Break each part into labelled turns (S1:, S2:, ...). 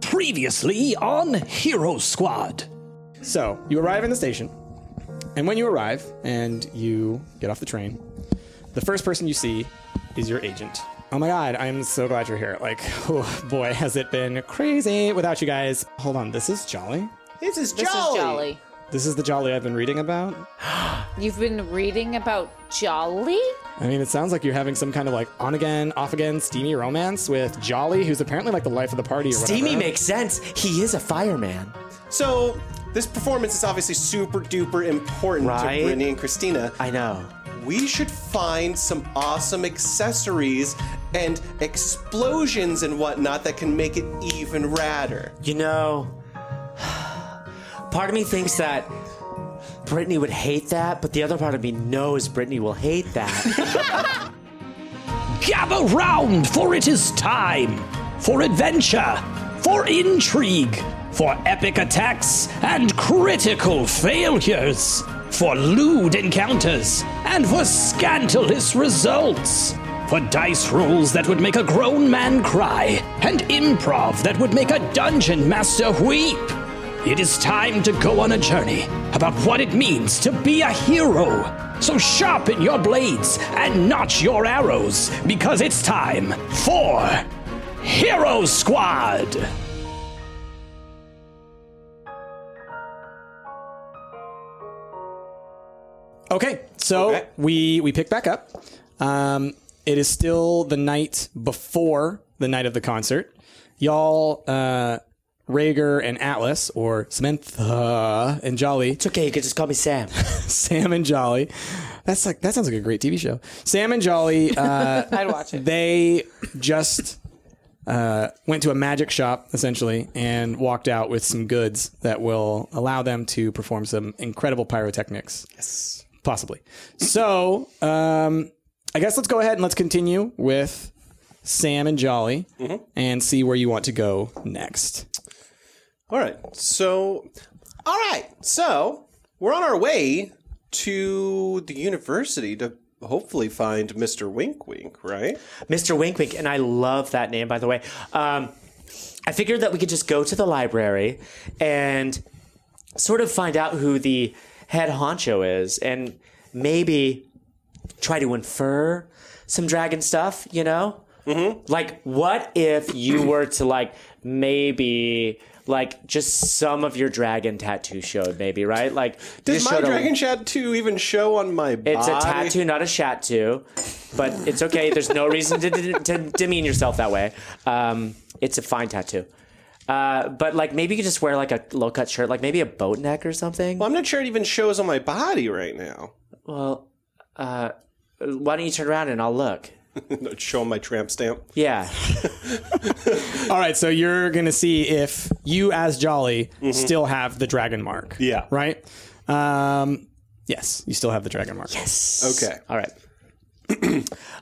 S1: Previously on Hero Squad.
S2: So you arrive in the station, and when you arrive and you get off the train, the first person you see is your agent. Oh my god, I'm so glad you're here. Like, oh boy, has it been crazy without you guys. Hold on, this is Jolly?
S3: This is
S4: This
S3: jolly.
S4: is Jolly.
S2: This is the Jolly I've been reading about?
S4: You've been reading about Jolly?
S2: I mean, it sounds like you're having some kind of like on again, off again, steamy romance with Jolly, who's apparently like the life of the party or whatever.
S5: Steamy makes sense. He is a fireman.
S3: So this performance is obviously super duper important
S5: Right?
S3: to Brittany and Christina.
S5: I know.
S3: we should find some awesome accessories and explosions and whatnot that can make it even radder.
S5: You know, part of me thinks that Brittany would hate that, but the other part of me knows Brittany will hate that.
S1: Gather round, for it is time for adventure, for intrigue, for epic attacks and critical failures, for lewd encounters and for scandalous results, for dice rolls that would make a grown man cry and improv that would make a dungeon master weep. It is time to go on a journey about what it means to be a hero. So sharpen your blades and notch your arrows because it's time for Hero Squad.
S2: Okay, so
S3: Okay.
S2: we we pick back up. Um, it is still the night before the night of the concert. Y'all, uh, Rager and Atlas, or Samantha and Jolly,
S5: it's okay. You can just call me Sam.
S2: Sam and Jolly. That's like that sounds like a great TV show. Sam and Jolly. Uh,
S6: I'd watch it.
S2: they just uh, went to a magic shop essentially and walked out with some goods that will allow them to perform some incredible pyrotechnics. Yes, possibly. So um, I guess let's go ahead and let's continue with Sam and Jolly
S6: Mm-hmm.
S2: and see where you want to go next.
S3: All right. So, all right. So we're on our way to the university to hopefully find Mr. Wink Wink, right?
S5: Mr. Wink Wink, and I love that name, by the way. Um, I figured that we could just go to the library and sort of find out who the head honcho is and maybe try to infer some dragon stuff, you know? Mm-hmm. Like, what if you were to, like, maybe. Like just some of your dragon tattoo showed, maybe right? Like
S3: Does
S5: just
S3: my
S5: showed a-
S3: dragon tattoo even show on my body?
S5: it's a tattoo, not a tattoo, but it's okay. There's no reason to, to, to demean yourself that way. Um, it's a fine tattoo. Uh, but like maybe you could just wear like a low cut shirt, like maybe a boat neck or something.
S3: Well, I'm not sure it even shows on my body right now.
S5: Well, uh, why don't you turn around and I'll look?
S3: Not showing my tramp stamp.
S5: Yeah,
S2: All right, so you're gonna see if you as Jolly still have the dragon mark.
S3: Yeah.
S2: Right. Um, yes, you still have the dragon mark. Yes.
S3: Okay.
S5: all right.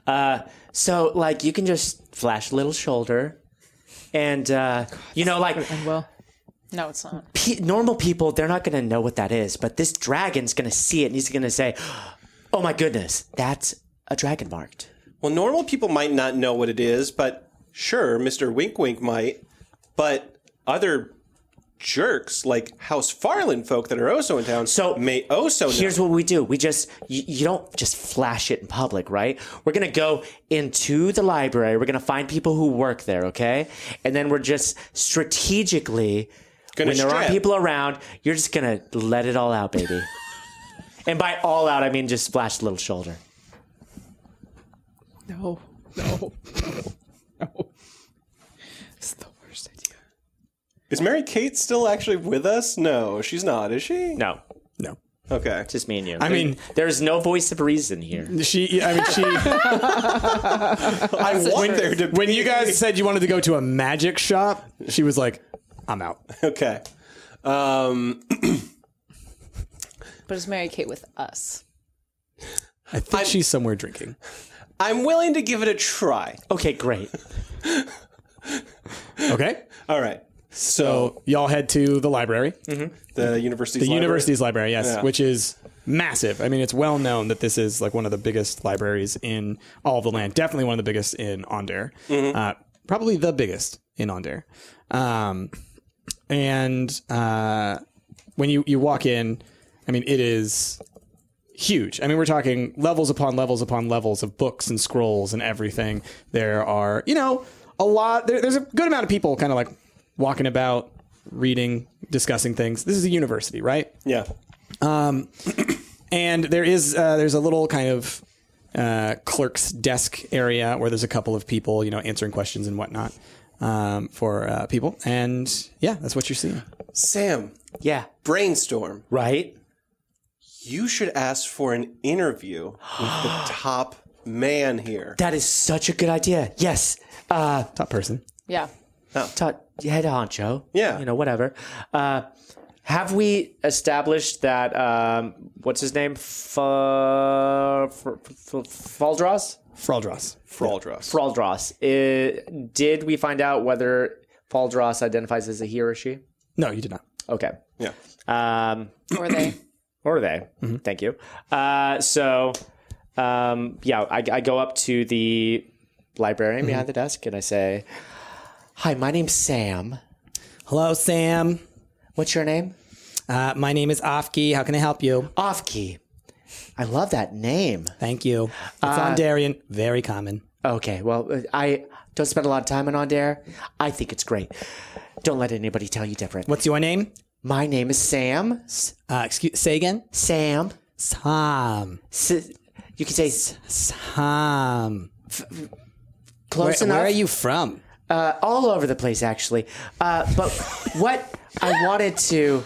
S5: uh, so like you can just flash a little shoulder, and uh, you know like
S6: Well, no, it's not.
S5: pe- normal people, they're not going to know what that is, but this dragon's going to see it and he's going to say, "Oh my goodness, that's a dragon marked."
S3: Well, normal people might not know what it is, but sure, Mr. Wink Wink might. But other jerks like House Farland folk that are also in town
S5: So
S3: may also know.
S5: Here's what we do: we just you, you don't just flash it in public, right? We're gonna go into the library. We're gonna find people who work there, okay? And then we're just strategically,
S3: Gonna
S5: when there aren't
S3: strip.
S5: people around, you're just gonna let it all out, baby. and by all out, I mean just flash a little shoulder.
S6: No, no, no. It's the worst idea.
S3: Is Mary Kate still actually with us? No, she's not, is she?
S5: No,
S2: No.
S3: Okay.
S5: just me and you.
S2: I mean-
S5: there's no voice of reason here.
S2: She. I mean, she.
S3: I want there to
S2: when you guys said you wanted to go to a magic shop, she was like, "I'm out."
S3: Okay. Um,
S6: But it's Mary Kate with us.
S2: I think she's somewhere drinking.
S3: I'm willing to give it a try.
S5: Okay, great.
S2: Okay,
S3: All right. So
S2: so y'all head to the library, the
S3: the university's library-
S2: university's library, yes,
S3: Yeah.
S2: which is massive. I mean, it's well known that this is like one of the biggest Mm-hmm. libraries in all of the land. Definitely one of the biggest in Onder. Uh, probably the biggest in Onder. Um, and uh, when you, you walk in, I mean, it is huge. I mean, we're talking levels upon levels upon levels of books and scrolls and everything. There are, you know, a lot. There, there's a good amount of people kind of like walking about, reading, discussing things. This is a university, right?
S3: Yeah.
S2: and there is uh, there's a little kind of uh, clerk's desk area where there's a couple of people, you know, answering questions and whatnot um, for uh, people. And yeah, that's what you're seeing.
S3: Sam,
S5: Yeah.
S3: brainstorm.
S5: Right?
S3: You should ask for an interview with the top man here.
S5: That is such a good idea. Yes. Uh,
S2: Top person.
S6: Yeah.
S5: Todd, head honcho.
S3: Yeah.
S5: You know, whatever. Uh, have we established that, um, what's his name? F- Faldros?
S2: Fraldros.
S3: Fraldros.
S5: Fraldros. Uh, did we find out whether Faldros identifies as a he or she?
S2: No, you did not.
S5: Okay.
S3: yeah.
S5: Um,
S6: Or they.
S5: or they. Thank you. Uh, so, um, yeah, I, I go up to the librarian behind the desk and I say, Hi, my name's Sam.
S2: Hello, Sam.
S5: What's your name?
S2: Uh, my name is Afki. How can I help you?
S5: Ofki. I love that name.
S2: Thank you. It's Ondarian. Very common.
S5: Okay, well, uh, I don't spend a lot of time on On Dare. I think it's great. Don't let anybody tell you different.
S2: What's your name?
S5: My name is Sam. S-
S2: Uh, excuse. Say again.
S5: Sam.
S2: Sam.
S5: S- you can say s-
S2: Sam. Where,
S5: close enough.
S2: where are you from?
S5: Uh, all over the place, actually. Uh, but what I wanted to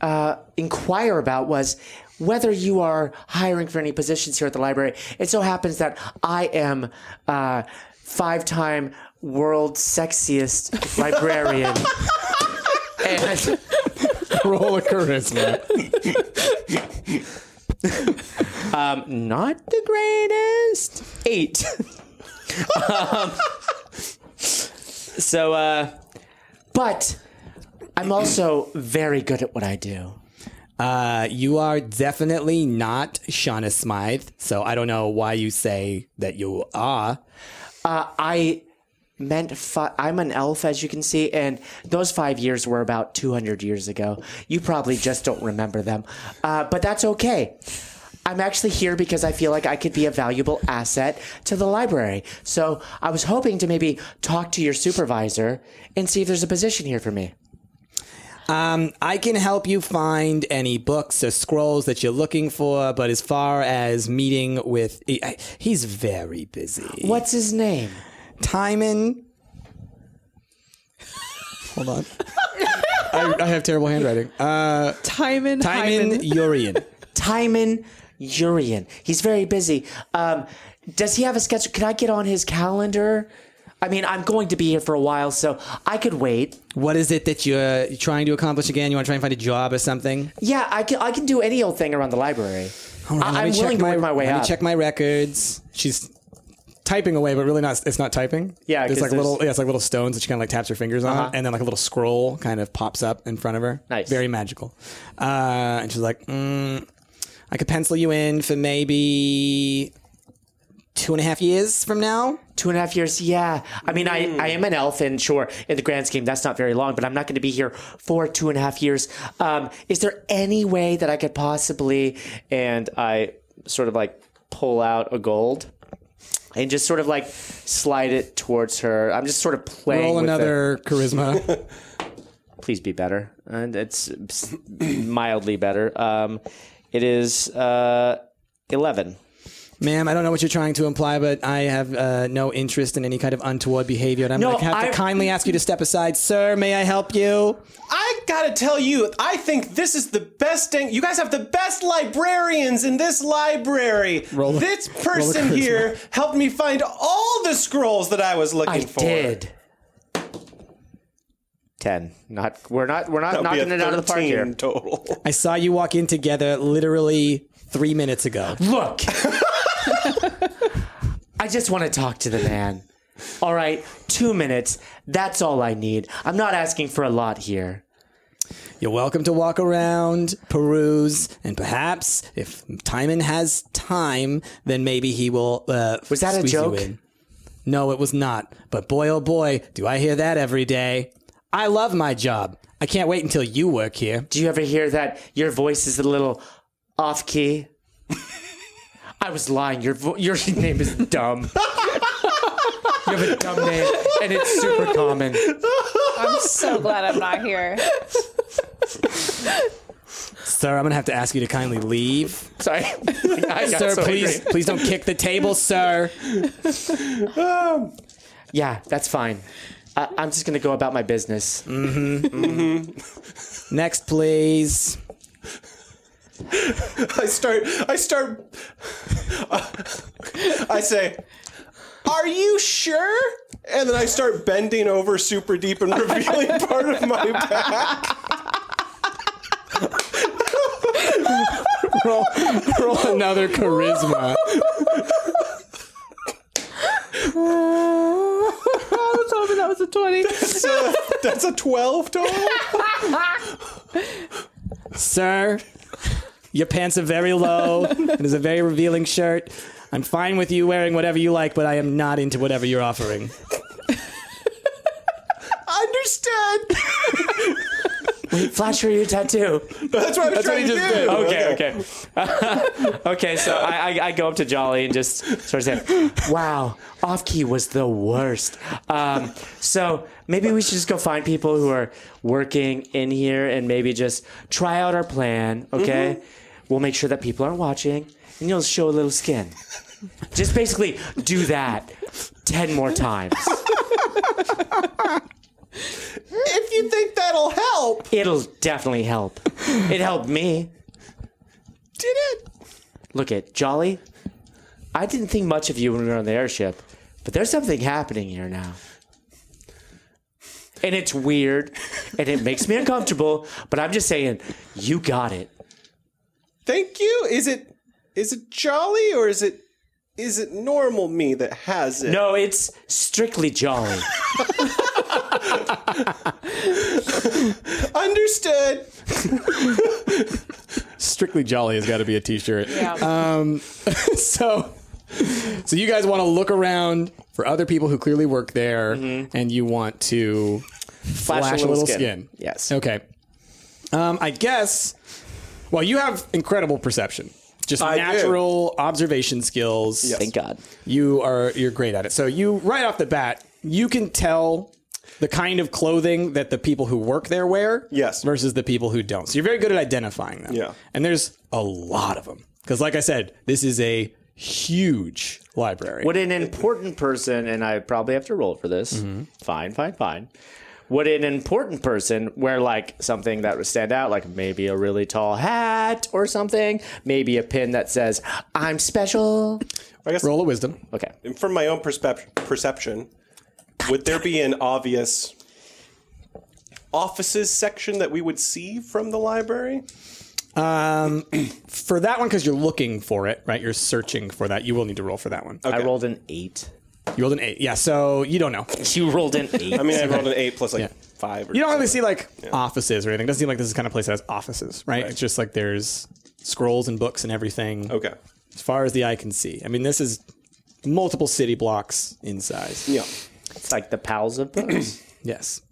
S5: uh, inquire about was whether you are hiring for any positions here at the library. It so happens that I am uh, five-time world sexiest librarian. and
S2: Roll of charisma.
S5: Um, not the greatest. Eight. Um, so, uh, but I'm also very good at what I do.
S2: Uh, you are definitely not Shauna Smythe, so I don't know why you say that you are.
S5: I meant fi- I'm an elf, as you can see, and those five years were about 200 years ago. You probably just don't remember them, uh, but that's okay. I'm actually here because I feel like I could be a valuable asset to the library. So I was hoping to maybe talk to your supervisor and see if there's a position here for me.
S2: I can help you find any books or scrolls that you're looking for, but as far as meeting with, he- I- he's very busy.
S5: What's his name?
S2: Timon? Hold on. I, I have terrible handwriting. Uh,
S6: Timon.
S2: Timon Urian.
S5: Timon Urian. He's very busy. Um, does he have a schedule? Can I get on his calendar? I mean, I'm going to be here for a while, so I could wait.
S2: What is it that you're trying to accomplish again? You want to try and find a job or something?
S5: Yeah, I can. I can do any old thing around the library.
S2: Hold on,
S5: I,
S2: let me
S5: am
S2: check
S5: willing to work my way
S2: let
S5: up.
S2: Me check my records. She's typing away, but really not. It's not typing.
S5: Yeah,
S2: there's
S5: 'cause
S2: like
S5: there's- Uh-huh.
S2: little. Yeah, it's like little stones that she kind of like taps her fingers on, and then like a little scroll kind of pops up in front of her.
S5: Nice.
S2: very magical. Uh, and she's like, mm, I could pencil you in for maybe two and a half years from now.
S5: Two and a half years. Yeah. I mean, I, I am an elf, and sure, in the grand scheme, that's not very long. But I'm not going to be here for two and a half years. Um, is there any way that I could possibly? And I sort of like pull out a gold. And just sort of like slide it towards her. I'm just sort of playing.
S2: Roll
S5: with it.
S2: another charisma.
S5: please be better and it's mildly better um, it is uh, 11
S2: Ma'am, I don't know what you're trying to imply, but I have uh, no interest in any kind of untoward behavior, and I'm
S5: No,
S2: going to have
S5: I-
S2: to kindly ask you to step aside. Sir, may I help you?
S3: I gotta tell you, I think this is the best thing. You guys have the best librarians in this library.
S2: Roll-
S3: this
S2: roll
S3: person
S2: charisma.
S3: here helped me find all the scrolls that I was looking
S5: i
S3: for.
S5: did 10 not we're not we're not
S3: That'd be a
S5: knocking it out of the park
S3: 13
S5: here
S3: total.
S2: I saw you walk in together literally three minutes ago.
S5: look i just want to talk to the man all right two minutes that's all i need i'm not asking for a lot here
S2: You're welcome to walk around, peruse, and perhaps if Timon has time, then maybe he will. Uh,
S5: Was that a
S2: squeeze you
S5: joke?
S2: in. No, it was not. But boy, oh boy, do I hear that every day. I love my job. I can't wait until you work here.
S5: Do you ever hear that your voice is a little off key? I was lying. Your vo- your name is dumb. you have a dumb name, and it's super common.
S6: I'm so glad I'm not here.
S2: Sir, I'm going to have to ask you to kindly leave.
S5: Sorry, I got
S2: Sir,
S5: so angry.
S2: please, please don't kick the table, sir.
S5: Yeah, that's fine. I I'm just gonna go about my business.
S2: Next, please.
S3: I start. I start. I say, "Are you sure?" And then I start bending over super deep and revealing part of my back.
S2: Roll, roll another charisma.
S6: I was hoping that was a 20.
S3: So that's a twelve total.
S2: Sir, your pants are very low. It is a very revealing shirt. I'm fine with you wearing whatever you like, but I am not into whatever you're offering.
S3: Understood.
S5: Flash for your tattoo.
S3: That's what I was trying to do.
S5: Okay, okay, okay. So I, I, I go up to Jolly and just sort of say, "Wow, off key was the worst." Um, so maybe we should just go find people who are working in here and maybe just try out our plan. Okay, we'll make sure that people aren't watching, and you'll show a little skin. Just basically do that ten more times.
S3: If you think that'll help,
S5: It'll definitely help. It helped me.
S3: did it?
S5: Look at Jolly. I didn't think much of you when we were on the airship, but there's something happening here now. And it's weird and it makes me uncomfortable, but I'm just saying, you got it.
S3: Thank you. Is it? Is it jolly or is it? Is it normal me that has it?
S5: No, it's strictly Jolly.
S3: Understood.
S2: Strictly Jolly has got to be a t-shirt.
S5: Uh,
S6: Yeah.
S2: So so you guys want to look around for other people who clearly work there and you want to flash, a little, skin.
S5: Yes.
S2: Okay. Um, I guess well, you have incredible perception. Just
S3: I do.
S2: natural observation skills.
S5: Thank God.
S2: you are you're great at it. So you right off the bat, you can tell the kind of clothing that the people who work there wear
S3: Yes.
S2: versus the people who don't. So you're very good at identifying them.
S3: Yeah.
S2: And there's a lot of them. Cuz like I said, this is a huge library.
S5: Would an important person, and I probably have to roll for this, fine, fine, fine. Would an important person wear like something that would stand out, like maybe a really tall hat or something, maybe a pin that says, I'm special?
S3: I guess
S2: Roll of wisdom.
S5: Okay.
S3: from my own perspec- perception, would there be an obvious offices section that we would see from the library?
S2: For that one cuz you're looking for it, right? You're searching for that. You will need to roll for that one.
S5: I rolled an eight.
S2: You rolled an 8. Yeah, so you don't know.
S5: You rolled an eight.
S3: I mean, I rolled an eight plus like five. Or
S2: You don't really see like offices or anything. It doesn't seem like this is the kind of place that has offices, right? It's just like there's scrolls and books and everything.
S3: Okay.
S2: as far as the eye can see. I mean, this is multiple city blocks in size.
S3: Yeah.
S5: it's like the pals of books.
S2: Yes.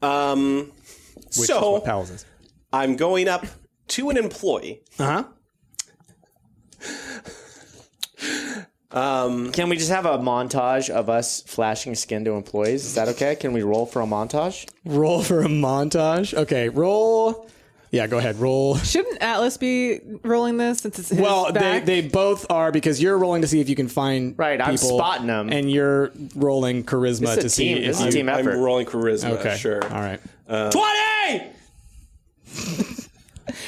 S3: Um,
S2: Which is
S3: so
S2: what Powell's is.
S3: I'm going up to an employee.
S2: Uh huh.
S5: Can we just have a montage of us flashing skin to employees? Is that okay? Can we roll for a montage?
S2: Roll for a montage. Okay, roll. Yeah, go ahead. Roll.
S6: Shouldn't Atlas be rolling this since it's his
S2: Well, they,
S6: back?
S2: they both are because you're rolling to see if you can find
S5: Right, I'm
S2: people,
S5: spotting 'em.
S2: and you're rolling charisma
S5: This is a
S2: to see
S5: team.
S2: if
S5: This is
S2: you.
S5: a team
S3: I'm
S5: effort.
S3: rolling charisma.
S2: okay,
S3: Sure. Um,
S2: All right.
S5: 20!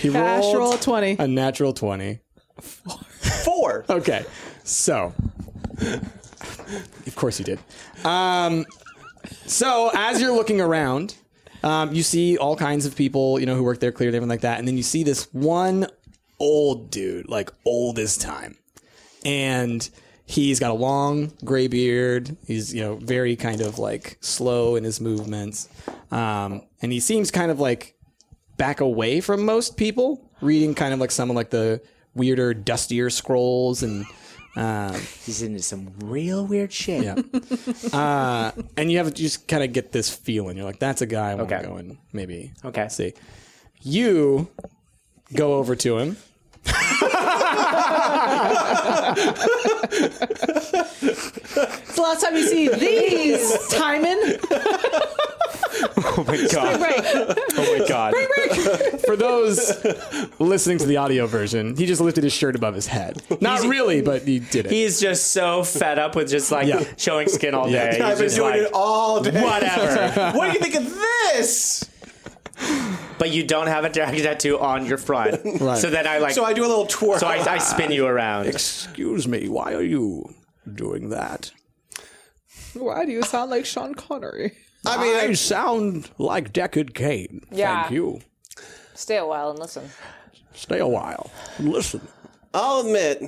S2: He
S6: Ash
S2: rolled
S6: roll 20.
S2: a natural twenty.
S3: Four.
S2: Okay, so of course you did. Um, so as you're looking around, um, you see all kinds of people, you know, who work there, clearly everything like that, and then you see this one old dude, like old as time, and he's got a long gray beard. He's you know very kind of like slow in his movements, um, and he seems kind of like back away from most people, reading kind of like some of like the weirder, dustier scrolls and
S5: He's into some real weird shit.
S1: Yeah. uh, and you have you just kind of get this feeling. You're like, that's a guy I want to
S5: Okay.
S1: go and maybe
S5: Okay.
S1: see. You go over to him.
S6: It's the last time you see these, Timon.
S5: Oh my god.
S6: Right.
S5: Oh my god.
S1: For those listening to the audio version, he just lifted his shirt above his head. Not really, but he did it.
S5: He's just so fed up with just like
S1: Yeah.
S5: showing skin all day. He's
S3: I've been
S5: just
S3: doing
S5: like,
S3: it all day.
S5: whatever.
S3: What do you think of this?
S5: but you don't have a dragon tattoo on your front.
S1: Right.
S5: So then I like.
S3: So I do a little twirl.
S5: So I, I spin you around.
S1: Excuse me, why are you doing that?
S6: Why do you sound like Sean Connery?
S3: I mean, I-
S1: sound like Deckard Cain.
S4: Yeah. you. Stay a while and listen.
S1: Stay a while. Listen.
S3: I'll admit,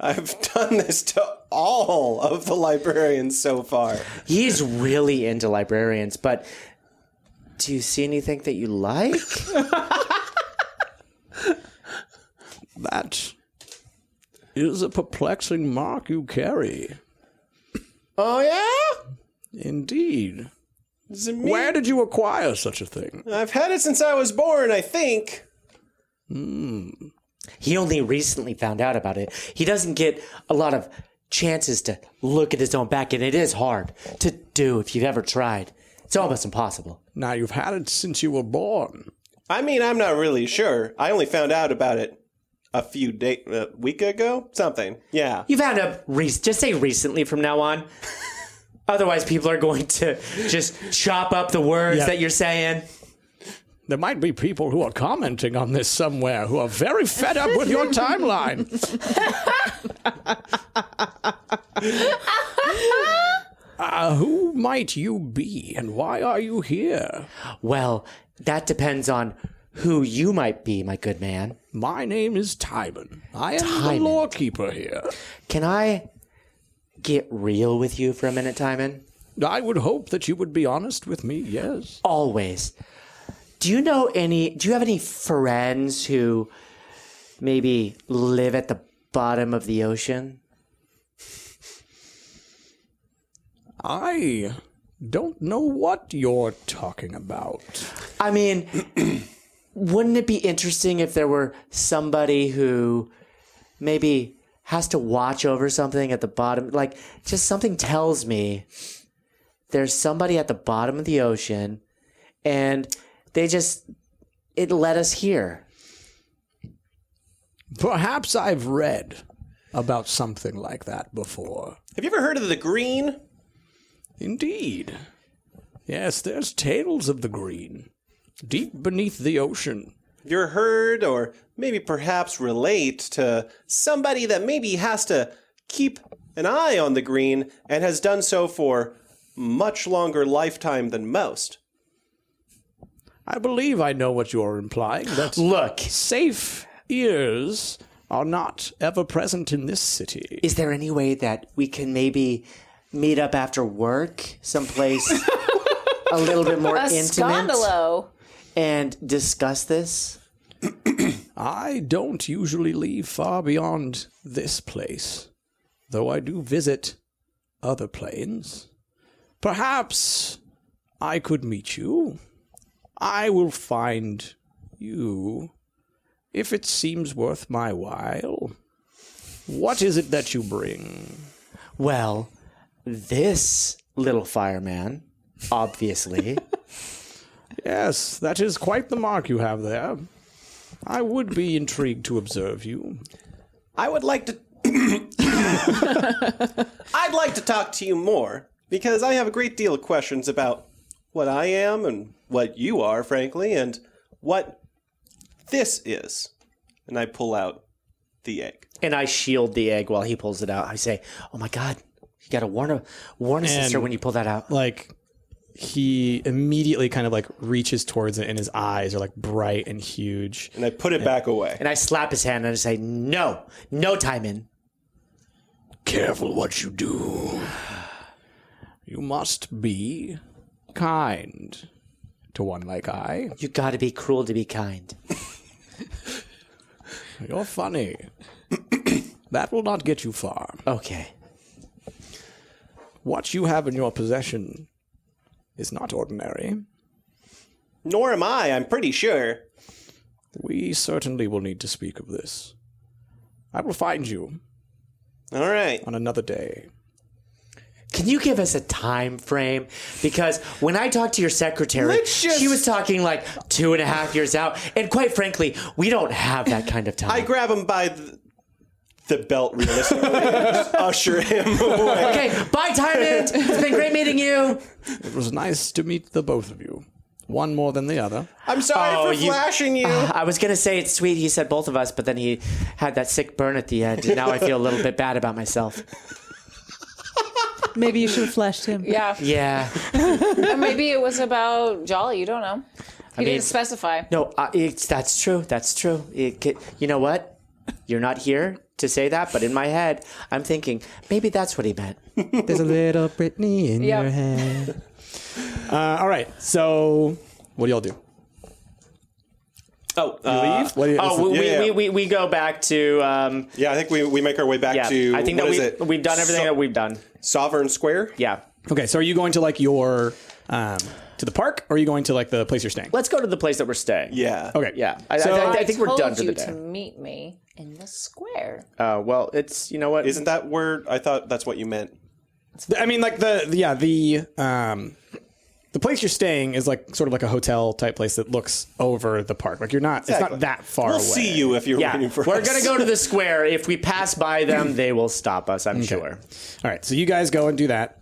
S3: I've done this to all of the librarians so far.
S5: He's really into librarians, but do you see anything that you like?
S1: That is a perplexing mark you carry.
S3: Oh yeah,
S1: Indeed.
S3: Is it me?
S1: Where did you acquire such a thing?
S3: I've had it since I was born. I think.
S5: He only recently found out about it. He doesn't get a lot of chances to look at his own back, and it is hard to do if you've ever tried. It's almost impossible.
S1: Now, you've had it since you were born.
S3: I mean, I'm not really sure. I only found out about it a few day, a week ago, something. Yeah.
S5: You found up re- just say recently from now on. Otherwise, people are going to just chop up the words
S1: Yeah.
S5: that you're saying.
S1: There might be people who are commenting on this somewhere who are very fed up with your timeline. uh, who might you be and why are you here?
S5: Well, that depends on who you might be, my good man.
S1: My name is Timon. I am
S5: Timon.
S1: the lawkeeper here.
S5: Can I get real with you for a minute, Timon?
S1: I would hope that you would be honest with me, yes.
S5: Always. Do you know any? Do you have any friends who maybe live at the bottom of the ocean?
S1: I don't know what you're talking about.
S5: I mean, wouldn't it be interesting if there were somebody who maybe has to watch over something at the bottom? Like, just something tells me there's somebody at the bottom of the ocean and they just, it led us here.
S1: Perhaps I've read about something like that before.
S3: Have you ever heard of the green?
S1: Indeed. Yes, there's tales of the green. Deep beneath the ocean.
S3: Have you ever heard, or maybe perhaps relate to somebody that maybe has to keep an eye on the green and has done so for much longer lifetime than most?
S1: I believe I know what you're implying. That
S5: Look,
S1: safe ears are not ever present in this city.
S5: is there any way that we can maybe meet up after work someplace a little bit more
S4: A
S5: intimate
S4: scandalo.
S5: and discuss this?
S1: I don't usually leave far beyond this place, though I do visit other planes. Perhaps I could meet you. I will find you if it seems worth my while. What is it that you bring?
S5: Well, this little fireman, obviously.
S1: Yes, that is quite the mark you have there. I would be intrigued to observe you.
S3: I would like to. I'd like to talk to you more because I have a great deal of questions about what I am and what you are, frankly, and what this is. And I pull out the egg.
S5: and I shield the egg while he pulls it out. I say, "Oh my god, you got to warn a warn a sister when you pull that out."
S1: like he immediately kind of like reaches towards it and his eyes are like bright and huge
S3: And I put it back away.
S5: And I slap his hand and I say, "No, no, Timon.
S1: careful what you do you must be kind to one like i
S5: You got to be cruel to be kind."
S1: you're funny
S2: That will not get you far.
S5: Okay.
S2: What you have in your possession is not ordinary.
S3: Nor am I, I'm pretty sure.
S2: We certainly will need to speak of this. I will find you
S3: All right.
S2: on another day.
S5: Can you give us a time frame? Because when I talked to your secretary,
S3: Let's just-
S5: she was talking like two and a half years out, and quite frankly, we don't have that kind of time.
S3: I grab him by the, the belt realistically and just usher him away.
S5: okay, bye, Diamond. It's been great meeting you.
S2: It was nice to meet the both of you, one more than the other.
S3: I'm sorry
S5: Oh,
S3: for
S5: you-
S3: flashing you.
S5: I was gonna say it's sweet. He said both of us, but then he had that sick burn at the end, and now I feel a little bit bad about myself.
S6: Maybe you should have flashed him.
S4: Yeah.
S5: Yeah.
S4: And maybe it was about Jolly. You don't know. He
S5: mean-
S4: didn't specify.
S5: No, uh, it's, that's true. That's true. It, could- you know what? You're not here to say that, but in my head, I'm thinking maybe that's what he meant.
S2: There's a little Brittany in
S4: Yep. your
S2: head. Uh, all right, so what do y'all do?
S3: oh, uh,
S2: What do you,
S5: Oh, we,
S3: Yeah,
S5: we,
S3: yeah.
S5: we, we go back to um,
S3: Yeah, I think we, we make our way back
S5: yeah.
S3: to.
S5: I think that
S3: what
S5: we
S3: is it?
S5: we've done everything
S3: So-
S5: that we've done.
S3: Sovereign Square?
S5: Yeah,
S2: okay, so are you going to like your um, to the park, or are you going to like the place you're staying?
S5: let's go to the place that we're staying.
S3: Yeah.
S2: okay,
S5: yeah. I, I-
S2: So-
S5: I, I think we're
S4: told
S5: done for
S4: you
S5: the
S4: to
S5: day.
S4: meet me in the square.
S5: Uh, well, it's you know what?
S3: Isn't that where I thought that's what you meant?
S2: I mean, like the, the- yeah the um, the place you're staying is like sort of like a hotel type place that looks over the park. Like you're not, it's
S3: Exactly.
S2: not that far
S3: We'll
S2: away.
S3: see you if you're
S5: yeah,
S3: waiting for
S5: we're
S3: us.
S5: gonna go to the square. If we pass by them, they will stop us. I'm sure.
S2: All right, so you guys go and do that.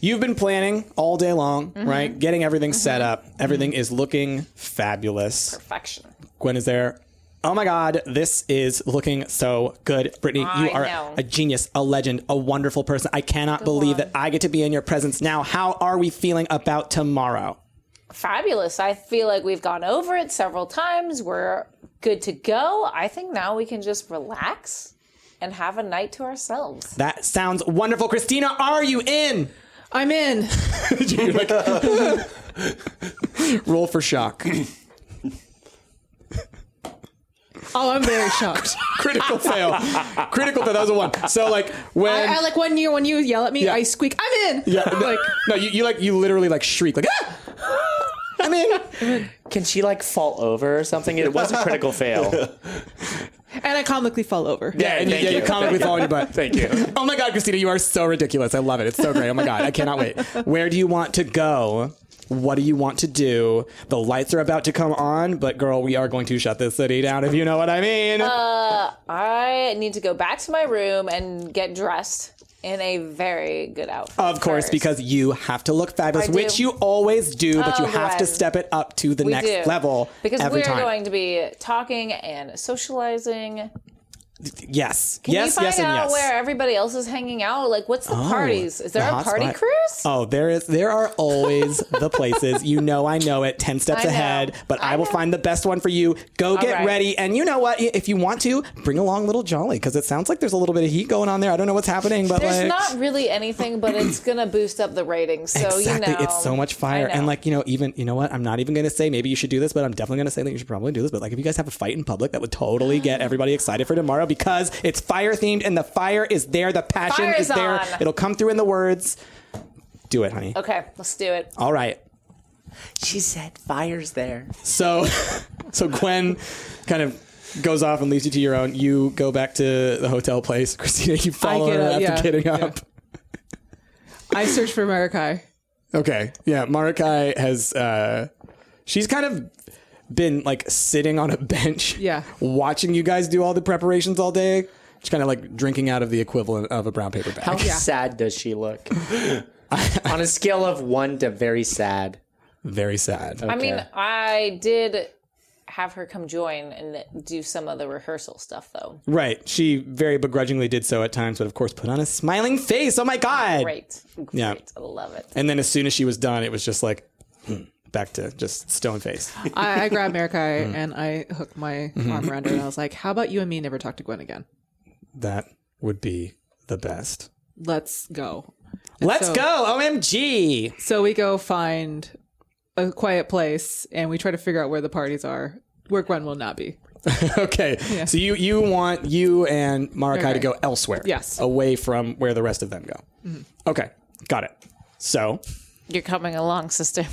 S2: You've been planning all day long,
S4: Mm-hmm.
S2: right? Getting everything set up. Everything is looking fabulous.
S4: Perfection.
S2: Gwen is there. Oh my God, this is looking so good. Brittany, you
S4: I
S2: are
S4: know.
S2: a genius, a legend, a wonderful person. I cannot believe that I get to be in your presence now. How are we feeling about tomorrow?
S4: Fabulous. I feel like we've gone over it several times. We're good to go. I think now we can just relax and have a night to ourselves.
S2: That sounds wonderful. Christina, are you in?
S6: I'm in.
S2: Roll for shock.
S6: Oh, I'm very shocked.
S2: Critical fail. Critical fail. That was a one. So, like, when.
S6: I, I like when you when you yell at me,
S2: Yeah.
S6: I squeak. I'm in.
S2: yeah, like, no, you, you like, you literally like shriek, like, ah! I mean,
S5: Can she like fall over or something? It was a critical fail.
S6: And I comically fall over.
S2: yeah, and you,
S5: thank
S2: yeah, you
S5: you.
S2: comically fall on your butt.
S5: Thank you.
S2: Oh my God, Christina, you are so ridiculous. I love it. It's so great. Oh my God, I cannot wait. Where do you want to go? What do you want to do? The lights are about to come on, but girl, we are going to shut this city down if you know what I mean.
S4: I need to go back to my room and get dressed in a very good outfit.
S2: of course,
S4: first.
S2: because you have to look fabulous,
S4: I do.
S2: which you always do, but
S4: Oh,
S2: you have to
S4: Gwen.
S2: step it up to the
S4: We
S2: next
S4: do.
S2: level
S4: Because
S2: every
S4: we're
S2: time.
S4: going to be talking and socializing.
S2: yes,
S4: Can
S2: yes,
S4: you find
S2: yes, and
S4: out
S2: yes. Oh,
S4: where everybody else is hanging out? Like, what's the parties? Is there
S2: the
S4: a
S2: hot
S4: party
S2: spot.
S4: cruise?
S2: Oh, there is. There are always the places. You know, I know it. Ten steps
S4: I know.
S2: ahead, but I,
S4: I
S2: will
S4: know.
S2: find the best one for you. Go get
S4: right.
S2: ready, and you know what? I- If you want to, bring along little Jolly because it sounds like there's a little bit of heat going on there. I don't know what's happening, but
S4: There's
S2: like.
S4: not really anything, but it's gonna boost up the ratings. So
S2: Exactly.
S4: you know,
S2: it's so much fire.
S4: I know.
S2: And like, you know, even you know what? I'm not even gonna say maybe you should do this, but I'm definitely gonna say that you should probably do this. But like if you guys have a fight in public, that would totally get everybody excited for tomorrow because it's fire themed and the fire is there, the passion
S4: Fire's
S2: is there.
S4: on.
S2: It'll come through in the words. Do it, honey.
S4: okay, let's do it.
S2: All right.
S5: She said fire's there.
S2: So, so Gwen kind of goes off and leaves you to your own. You go back to the hotel place. Christina, you follow
S6: get
S2: her
S6: up,
S2: after
S6: yeah,
S2: getting
S6: yeah.
S2: up.
S6: I search for Marikai.
S2: Okay. Yeah. Marakai has, uh, she's kind of been like sitting on a bench.
S6: Yeah.
S2: Watching you guys do all the preparations all day. She's kind of like drinking out of the equivalent of a brown paper bag.
S5: How sad does she look? On a scale of one to very sad.
S2: Very sad.
S4: I mean, I did have her come join and do some of the rehearsal stuff, though.
S2: Right. She very begrudgingly did so at times, but of course put on a smiling face. Oh my God.
S4: Great, great,
S2: Yeah.
S4: I love it.
S2: And then as soon as she was done, it was just like, hmm, back to just stone face.
S6: I, I grab Marikai
S2: Mm-hmm.
S6: and I hook my arm around her and I was like, "How about you and me never talk to Gwen again?
S2: That would be the best.
S6: Let's go."
S2: Let's
S6: so-
S2: go, OMG!
S6: So we go find a quiet place and we try to figure out where the parties are, where Gwen will not be.
S2: okay. So you you want you and Marakai
S6: Right,
S2: to
S6: right.
S2: go elsewhere.
S6: Yes.
S2: Away from where the rest of them go.
S4: Mm-hmm.
S2: Okay. Got it. So
S4: You're coming along, sister.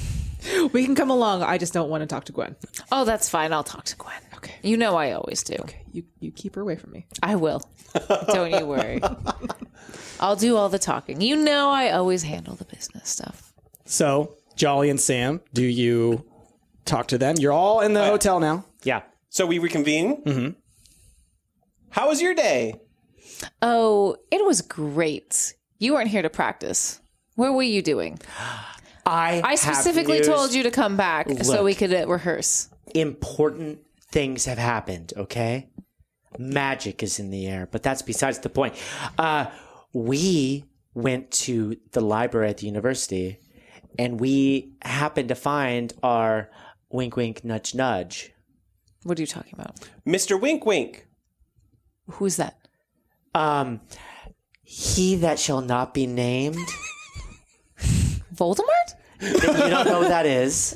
S6: We can come along. I just don't want to talk to Gwen.
S4: Oh, that's fine. I'll talk to Gwen. Okay. You know I always do.
S6: You you keep her away from me.
S4: I will. Don't you worry. I'll do all the talking. You know I always handle the business stuff.
S2: so Jolly and Sam, do you talk to them? You're all in the hotel now.
S5: Yeah.
S3: So we reconvene. Mm-hmm. How was your day?
S4: Oh, it was great. You weren't here to practice. What were you doing?
S5: I
S4: I
S5: have
S4: specifically
S5: news.
S4: told you to come back so
S5: Look.
S4: we could uh, rehearse.
S5: important things have happened, okay? Magic is in the air, but that's besides the point. Uh, we went to the library at the university and we happened to find our wink wink nudge nudge.
S4: What are you talking about?
S3: Mr. Wink Wink.
S4: Who's that?
S5: Um, he that shall not be named.
S4: Voldemort?
S5: you don't know who that is.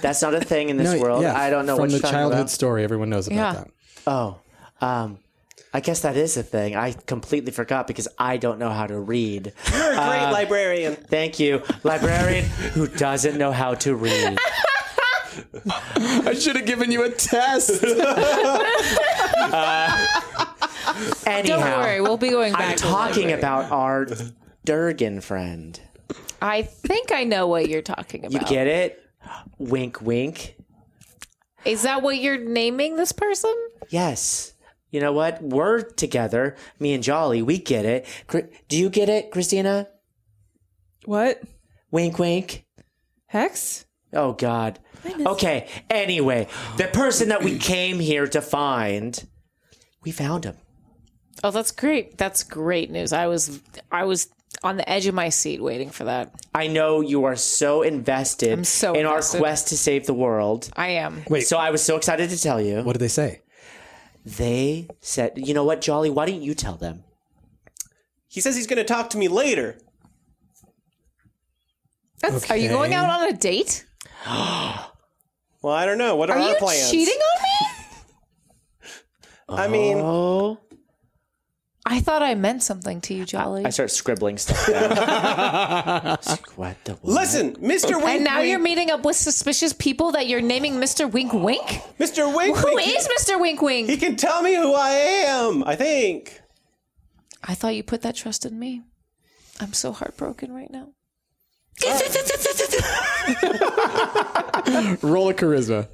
S5: That's not a thing in this world. I don't know
S2: From
S5: what
S2: the
S5: you're talking
S2: childhood
S5: about.
S2: story, everyone knows about
S4: Yeah.
S2: that.
S5: Oh, um, I guess that is a thing. I completely forgot because I don't know how to read.
S3: You're a great
S5: Uh,
S3: librarian.
S5: Thank you, librarian who doesn't know how to read.
S2: I should have given you a test.
S5: Anyhow,
S4: Don't worry, we'll be going back.
S5: I'm
S4: to the
S5: talking
S4: library.
S5: about our Durgan friend.
S4: I think I know what you're talking
S5: You
S4: about.
S5: get it? Wink, wink.
S4: Is that what you're naming this person?
S5: Yes. You know what? We're together, me and Jolly. We get it. Cri- Do you get it, Christina?
S6: What?
S5: Wink, wink.
S6: Hex?
S5: Oh God. Okay. Anyway, the person that we came here to find, we found him.
S4: Oh, that's great. That's great news. I was I was on the edge of my seat waiting for that.
S5: I know you are so invested
S4: I'm so
S5: in
S4: invested.
S5: our quest to save the world.
S4: I am.
S2: Wait.
S5: So I was so excited to tell you.
S2: what did they say?
S5: They said, "You know what, Jolly? Why don't you tell them?"
S3: He says he's going to talk to me later.
S4: That's, Are you
S2: Okay.
S4: going out on a date?
S3: Well, I don't know. What are,
S4: Are
S3: our
S4: you
S3: plans?
S4: cheating on me?
S3: I mean,
S5: Oh,
S4: I thought I meant something to you, Jolly.
S5: I start scribbling stuff down. what the? What?
S3: listen, Mr. Wink
S4: and now
S3: Wink.
S4: you're meeting up with suspicious people that you're naming Mr. Wink Wink?
S3: Mr. Wink
S4: Who
S3: Wink. he-
S4: is Mr. Wink Wink?
S3: He can tell me who I am, I think.
S4: I thought you put that trust in me. I'm so heartbroken right now.
S2: Roll a charisma.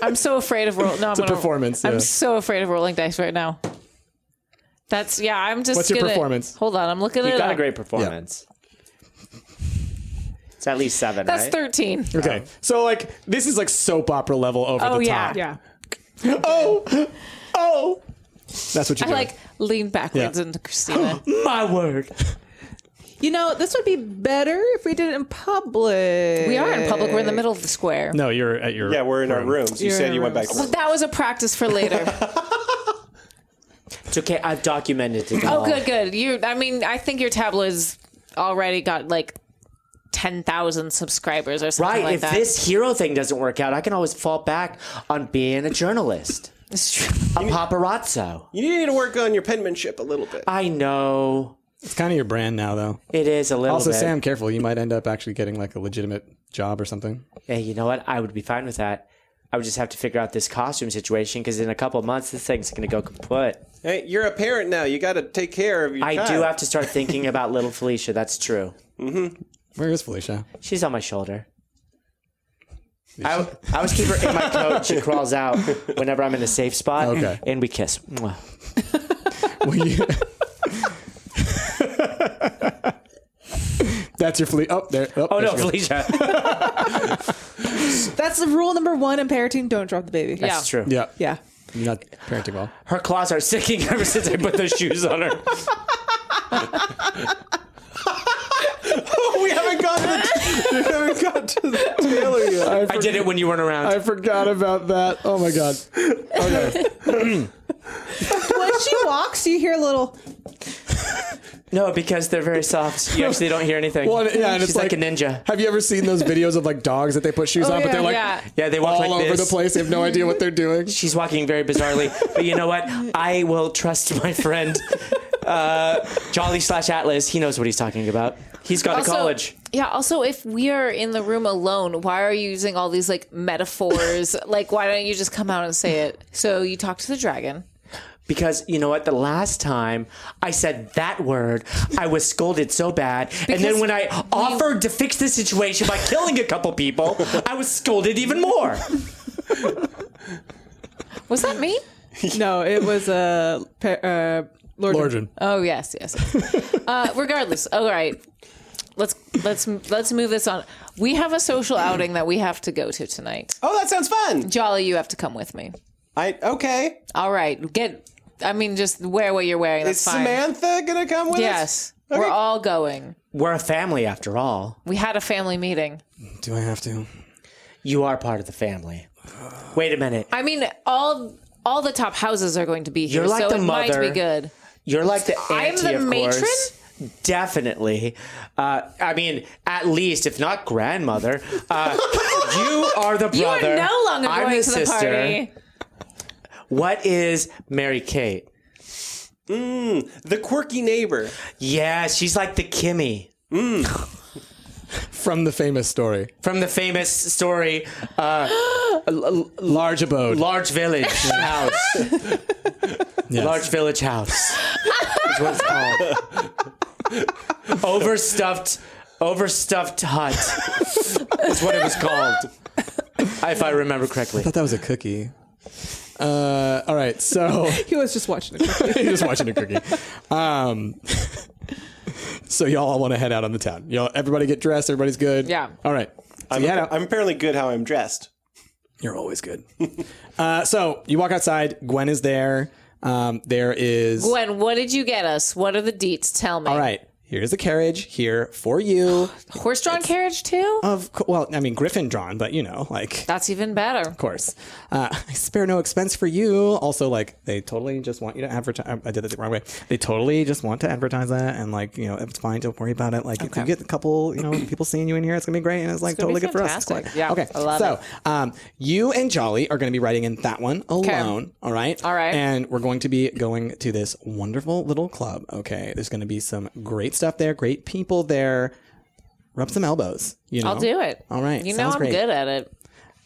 S4: I'm so afraid of roll. No, I'm
S2: It's a
S4: gonna-
S2: performance.
S4: I'm
S2: yeah.
S4: so afraid of rolling dice right now. That's yeah. I'm just.
S2: What's your
S4: gonna-
S2: performance?
S4: Hold on, I'm looking at
S5: You
S4: it.
S5: got a
S4: up.
S5: great performance. It's at least seven,
S4: That's
S5: right?
S4: thirteen.
S5: Oh.
S2: okay. So like this is like soap opera level over
S4: Oh
S2: the
S4: yeah.
S2: top.
S6: Yeah.
S2: Oh, oh. That's what you
S4: I
S2: do.
S4: like lean backwards
S2: Yeah.
S4: into Christina.
S5: My word.
S6: You know, this would be better if we did it in public.
S4: we are in public. We're in the middle of the square.
S2: No, you're at your.
S3: Yeah, we're in our rooms. You
S6: You're in
S3: said
S6: our
S3: you went back
S6: rooms.
S3: to
S4: But that was a practice for later.
S5: It's okay. I've documented it.
S4: oh,
S5: all.
S4: good, good. You. I mean, I think your tabloid's already got like ten thousand subscribers or something
S5: Right.
S4: like
S5: if
S4: that.
S5: this hero thing doesn't work out, I can always fall back on being a journalist,
S4: It's true.
S5: a paparazzo.
S3: You need to work on your penmanship a little bit.
S5: I know
S2: It's kind of your brand now, though.
S5: it is a little
S2: Also,
S5: bit.
S2: Sam, careful. You might end up actually getting like a legitimate job or something.
S5: Hey, you know what? I would be fine with that. I would just have to figure out this costume situation because in a couple of months, this thing's going to go kaput.
S3: Hey, you're a parent now. You got to take care of your
S5: I
S3: child.
S5: do have to start thinking about little Felicia. That's true.
S2: Where is Felicia?
S5: She's on my shoulder. I, I always keep her in my coat. She crawls out whenever I'm in a safe spot.
S2: Okay.
S5: And we kiss. Mwah.
S2: Will you- That's your Felicia. Oh, there. Oh,
S5: Oh,
S2: there
S5: no,
S2: she goes.
S5: Felicia.
S6: That's the rule number one in parenting. Don't drop the baby.
S4: Yeah.
S5: That's true.
S2: Yeah.
S6: Yeah.
S2: You're not parenting well.
S5: Her claws are sticking ever since I put those shoes on her.
S3: Oh, we haven't got to the, we haven't got to the trailer yet.
S5: I did it when you weren't around.
S2: I forgot about that. Oh my god. Okay.
S6: When she walks, you hear a little.
S5: No, because they're very soft. You actually don't hear anything.
S2: Well, and- yeah, and
S5: She's
S2: it's
S5: like, a ninja.
S2: Have you ever seen those videos of like dogs that they put shoes
S6: Oh,
S2: on, but
S6: yeah,
S2: they're like
S6: yeah.
S5: Yeah, they walk
S2: all
S5: like
S2: over
S5: this.
S2: the place. They have no idea what they're doing.
S5: She's walking very bizarrely, but you know what? I will trust my friend uh, Jolly slash Atlas. He knows what he's talking about. He's gone to college.
S4: Yeah. Also, if we are in the room alone, why are you using all these like metaphors? like, why don't you just come out and say it? So you talk to the dragon.
S5: Because you know what? The last time I said that word, I was scolded so bad. and then
S4: Because
S5: when I offered to fix the situation by killing a couple people, I was scolded even more.
S4: Was that me?
S6: No, it was a uh, pe- uh, Lord.
S2: Lordran.
S4: Oh yes, yes. uh, regardless. All right. Let's let's let's move this on. We have a social outing that we have to go to tonight.
S3: Oh, that sounds fun.
S4: Jolly, you have to come with me.
S3: I okay.
S4: All right. Get. I mean, just wear what you're wearing. That's
S3: Is
S4: fine.
S3: Samantha gonna come with us?
S4: Yes. We're all going.
S5: We're a family after all.
S4: We had a family meeting.
S2: Do I have to?
S5: You are part of the family. Wait a minute.
S4: I mean, all all the top houses are going to be here,
S5: You're like
S4: so
S5: the
S4: it might
S5: mother.
S4: be good.
S5: You're like the
S4: I'm
S5: auntie,
S4: the
S5: of
S4: matron?
S5: course. Definitely. Uh, I mean, at least if not grandmother, uh, you are the
S4: You are
S5: brother.
S4: no longer
S5: I'm
S4: going
S5: the
S4: to the
S5: sister.
S4: party.
S5: What is Mary Kate?
S3: The quirky neighbor.
S5: Yeah, she's like the Kimmy
S2: From the famous story,
S5: from the famous story,
S2: large abode.
S5: Large Village House. Large Village House is what it's called. overstuffed, overstuffed hut is what it was called, if I remember correctly.
S2: thought that was a cookie. Uh, all right, so
S6: He was just watching the cookie.
S2: you're just watching a cookie. Um, so y'all all want to head out on the town. Y'all, everybody get dressed. Everybody's good.
S4: Yeah.
S2: All right. So
S3: I'm,
S2: you head out.
S3: I'm apparently good how I'm dressed.
S2: You're always good. uh, so you walk outside. Gwen is there. Um, there is.
S4: Gwen, what did you get us? What are the deets? Tell me.
S2: All right. Here's the carriage here for you.
S4: Horse drawn carriage too?
S2: Of co- well, I mean Griffin drawn, but you know, like
S4: That's even better.
S2: of course. Uh, I spare no expense for you. Also, like they totally just want you to advertise. I did it the wrong way. They totally just want to advertise that, and like you know, it's fine. Don't worry about it. Like if you get a couple, you know, people seeing you in here, it's gonna be great, and it's like
S4: gonna be
S2: totally good for us. It's
S4: fantastic.
S2: cool.
S4: Yeah,
S2: Okay.
S4: I love
S2: so, um, you and Jolly are gonna be writing in that one alone. All right.
S4: All right.
S2: And we're going to be going to this wonderful little club. Okay. There's gonna be some great stuff there. Great people there. Rub some elbows. You know.
S4: I'll do it.
S2: All right.
S4: You know
S2: Sounds
S4: I'm
S2: great.
S4: good at it.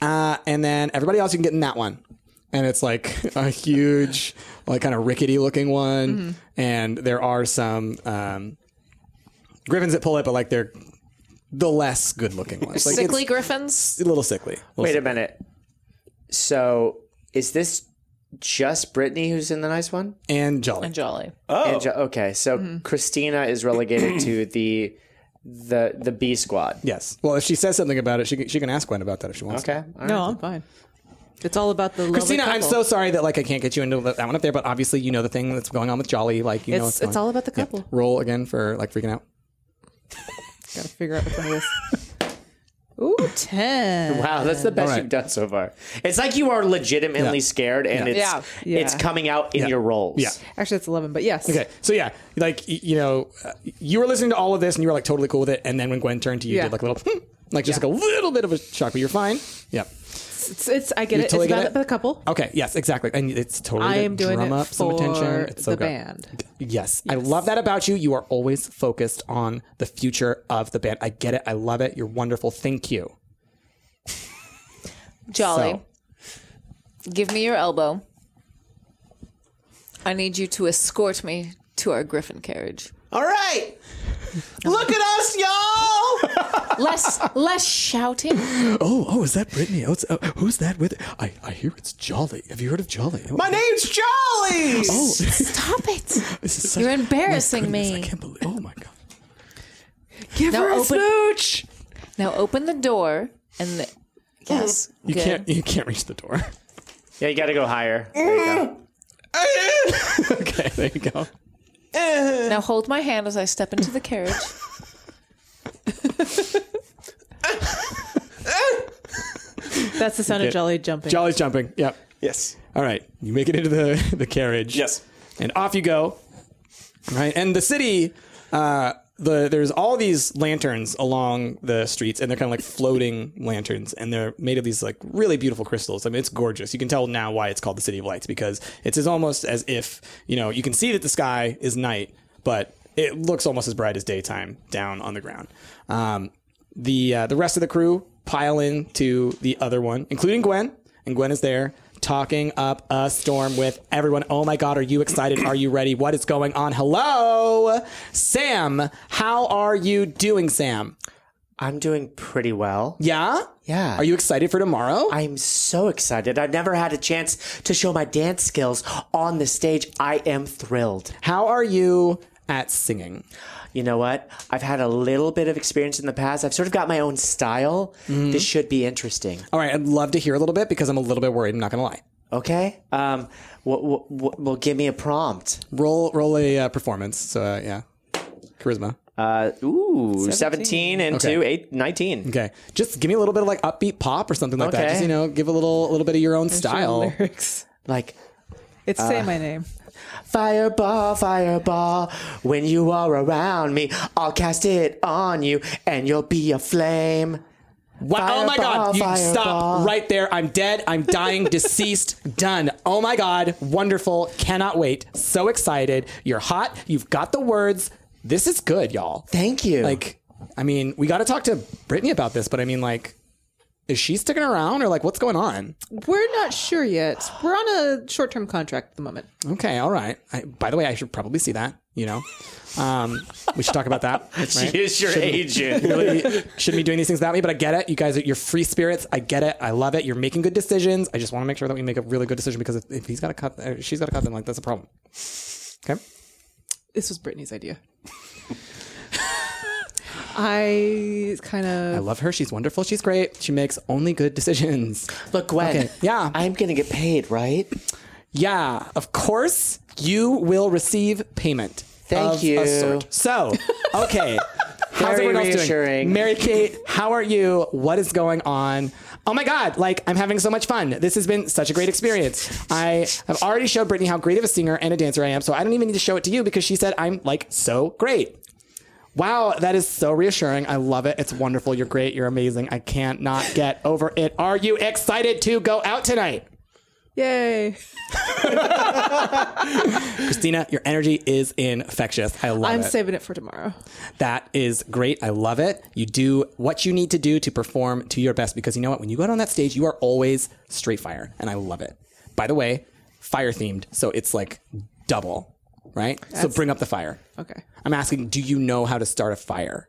S2: Uh, and then everybody else you can get in that one. And it's like a huge, like kind of rickety looking one.
S6: Mm-hmm.
S2: And there are some um, griffins that pull it, but like they're the less good looking ones. Like
S4: Sickly
S2: it's
S4: Griffins?
S2: a little sickly.
S5: Wait a minute. So, is this just Brittany who's in the nice one?
S2: And jolly.
S4: And Jolly.
S5: And Jo- okay, so Christina is relegated to the the the B squad.
S2: yes. Well, if she says something about it, she can, she can ask Gwen about that if she wants. to.
S5: Okay. all
S6: No, I'm fine. It's all about the lovely
S2: Christina, I'm
S6: couple.
S2: so sorry that like I can't get you into that one up there, but obviously you know the thing that's going on with Jolly. Like you know,
S6: It's-
S2: what's
S6: it's
S2: going-
S6: all about the couple.
S2: Roll again for like freaking out.
S6: gotta figure out what that is. Ooh, ten.
S5: Wow, that's the best
S2: All right.
S5: you've done so far. It's like you are legitimately
S2: Yeah.
S5: scared, and it's
S6: Yeah.
S5: it's coming out in
S2: Yeah.
S5: your roles.
S2: Yeah.
S6: Actually, it's eleven. But yes.
S2: Okay, so yeah, like y- you know, uh, you were listening to all of this and you were like totally cool with it, and then when Gwen turned to you, you
S6: Yeah.
S2: did like a little, hmm, like just like a little bit of a shock, but you're fine. Yeah.
S6: It's, it's I get
S2: You
S6: it.
S2: totally
S6: it's
S2: get
S6: about
S2: it? Uh,
S6: the couple.
S2: Okay. Yes. Exactly. And it's totally.
S6: I
S2: to
S6: am doing
S2: drum
S6: it
S2: up some
S6: for
S2: attention. It's so
S6: the
S2: good.
S6: band.
S2: Yes. I love that about you. You are always focused on the future of the band. I get it. I love it. You're wonderful. Thank you.
S4: Jolly.
S2: So-
S4: Give me your elbow. I need you to escort me to our Griffin carriage.
S3: All right. Look at us, y'all.
S4: Less less shouting.
S2: Oh, oh, is that Brittany? Oh, it's, oh, who's that with? I, I hear it's Jolly. Have you heard of Jolly? Oh,
S3: My name's Jolly.
S4: Stop it.
S2: this is such-
S4: You're
S2: my
S4: embarrassing
S2: goodness,
S4: me.
S2: believe. Oh my god.
S6: Give
S4: Now
S6: her a
S4: open-
S6: smooch.
S4: Now open the door and the- yes,
S2: You
S4: good.
S2: can't. You can't reach the door.
S5: Yeah, you got to go higher. There you go.
S3: Oh.
S2: okay. There you go.
S3: Uh-huh.
S4: Now hold my hand as I step into the carriage.
S6: That's the sound of Jolly jumping.
S2: Jolly's jumping. Yep.
S3: Yes.
S2: All right. You make it into the, the carriage.
S3: Yes.
S2: And off you go. All Right. And the city Uh, the there's all these lanterns along the streets, and they're kind of like floating lanterns, and they're made of these like really beautiful crystals. I mean, it's gorgeous. You can tell now why it's called the City of Lights because it's as almost as if you know you can see that the sky is night, but it looks almost as bright as daytime down on the ground. Um, the uh, the rest of the crew pile in to the other one, including Gwen, and Gwen is there talking up a storm with everyone. Oh my God, are you excited? Are you ready? What is going on? Hello, Sam. How are you doing, Sam?
S5: I'm doing pretty well.
S2: Yeah,
S5: Yeah.
S2: Are you excited for tomorrow?
S5: I'm so excited. I've never had a chance to show my dance skills on the stage. I am thrilled.
S2: How are you at singing?
S5: You know what? I've had a little bit of experience in the past. I've sort of got my own style.
S2: Mm-hmm.
S5: This should be interesting.
S2: All right, I'd love to hear a little bit because I'm a little bit worried. I'm not gonna lie.
S5: Okay? Um, w- w- w- well, give me a prompt.
S2: Roll roll a uh, performance. So uh, yeah, charisma.
S5: Ooh, 17, into
S2: Okay.
S5: eight, 19.
S2: Okay, just give me a little bit of like upbeat pop or something like that.
S5: Okay.
S2: Just you know, give a little a little bit of your own style.
S6: Lyrics.
S5: Like,
S6: It's say
S2: Uh.
S6: my name.
S5: Fireball, fireball, when you are around me, I'll cast it on you and you'll be a flame.
S2: Wow, oh my
S5: Fireball,
S2: god, you
S5: fireball.
S2: stop right there. I'm dead. I'm dying, deceased, done. Oh my god, wonderful. Cannot wait. So excited. You're hot. You've got the words. This is good, y'all.
S5: Thank you.
S2: Like, I mean, we got to talk to Brittany about this, but I mean, like, is she sticking around or like what's going on?
S6: We're not sure yet. We're on a short term contract at the moment.
S2: Okay, all right. I, by the way, I should probably see that, you know? Um, we should talk about that. right?
S5: is your agent.
S2: really shouldn't be doing these things without me, but I get it. You guys, are, you're free spirits. I get it. I love it. You're making good decisions. I just want to make sure that we make a really good decision because if, if he's got to cut, uh, she's got to cut them. Like that's a problem. Okay.
S6: This was Brittany's idea. I kind
S2: I
S6: of.
S2: love her. She's wonderful. She's great. She makes only good decisions.
S5: Look, Gwen.
S2: Okay, yeah.
S5: I'm going to get paid, right?
S2: Yeah, of course you will receive payment.
S5: Thank
S2: of
S5: you.
S2: A sort. So, okay. How's
S5: Very
S2: everyone else
S5: reassuring.
S2: doing? Mary Kate, how are you? What is going on? Oh my God, like I'm having so much fun. This has been such a great experience. I have already showed Brittany how great of a singer and a dancer I am, so I don't even need to show it to you because she said I'm like so great. Wow, that is so reassuring. I love it. It's wonderful. You're great. You're amazing. I can't not get over it. Are you excited to go out tonight?
S6: Yay.
S2: Christina, your energy is infectious. I love
S6: I'm
S2: it.
S6: saving it for tomorrow.
S2: that is great. I love it. You do what you need to do to perform to your best because you know what? When you go out on that stage, you are always straight fire, and I love it. By the way, fire themed, so it's like double, right? so bring up the fire.
S6: Okay.
S2: I'm asking, do you know how to start a fire?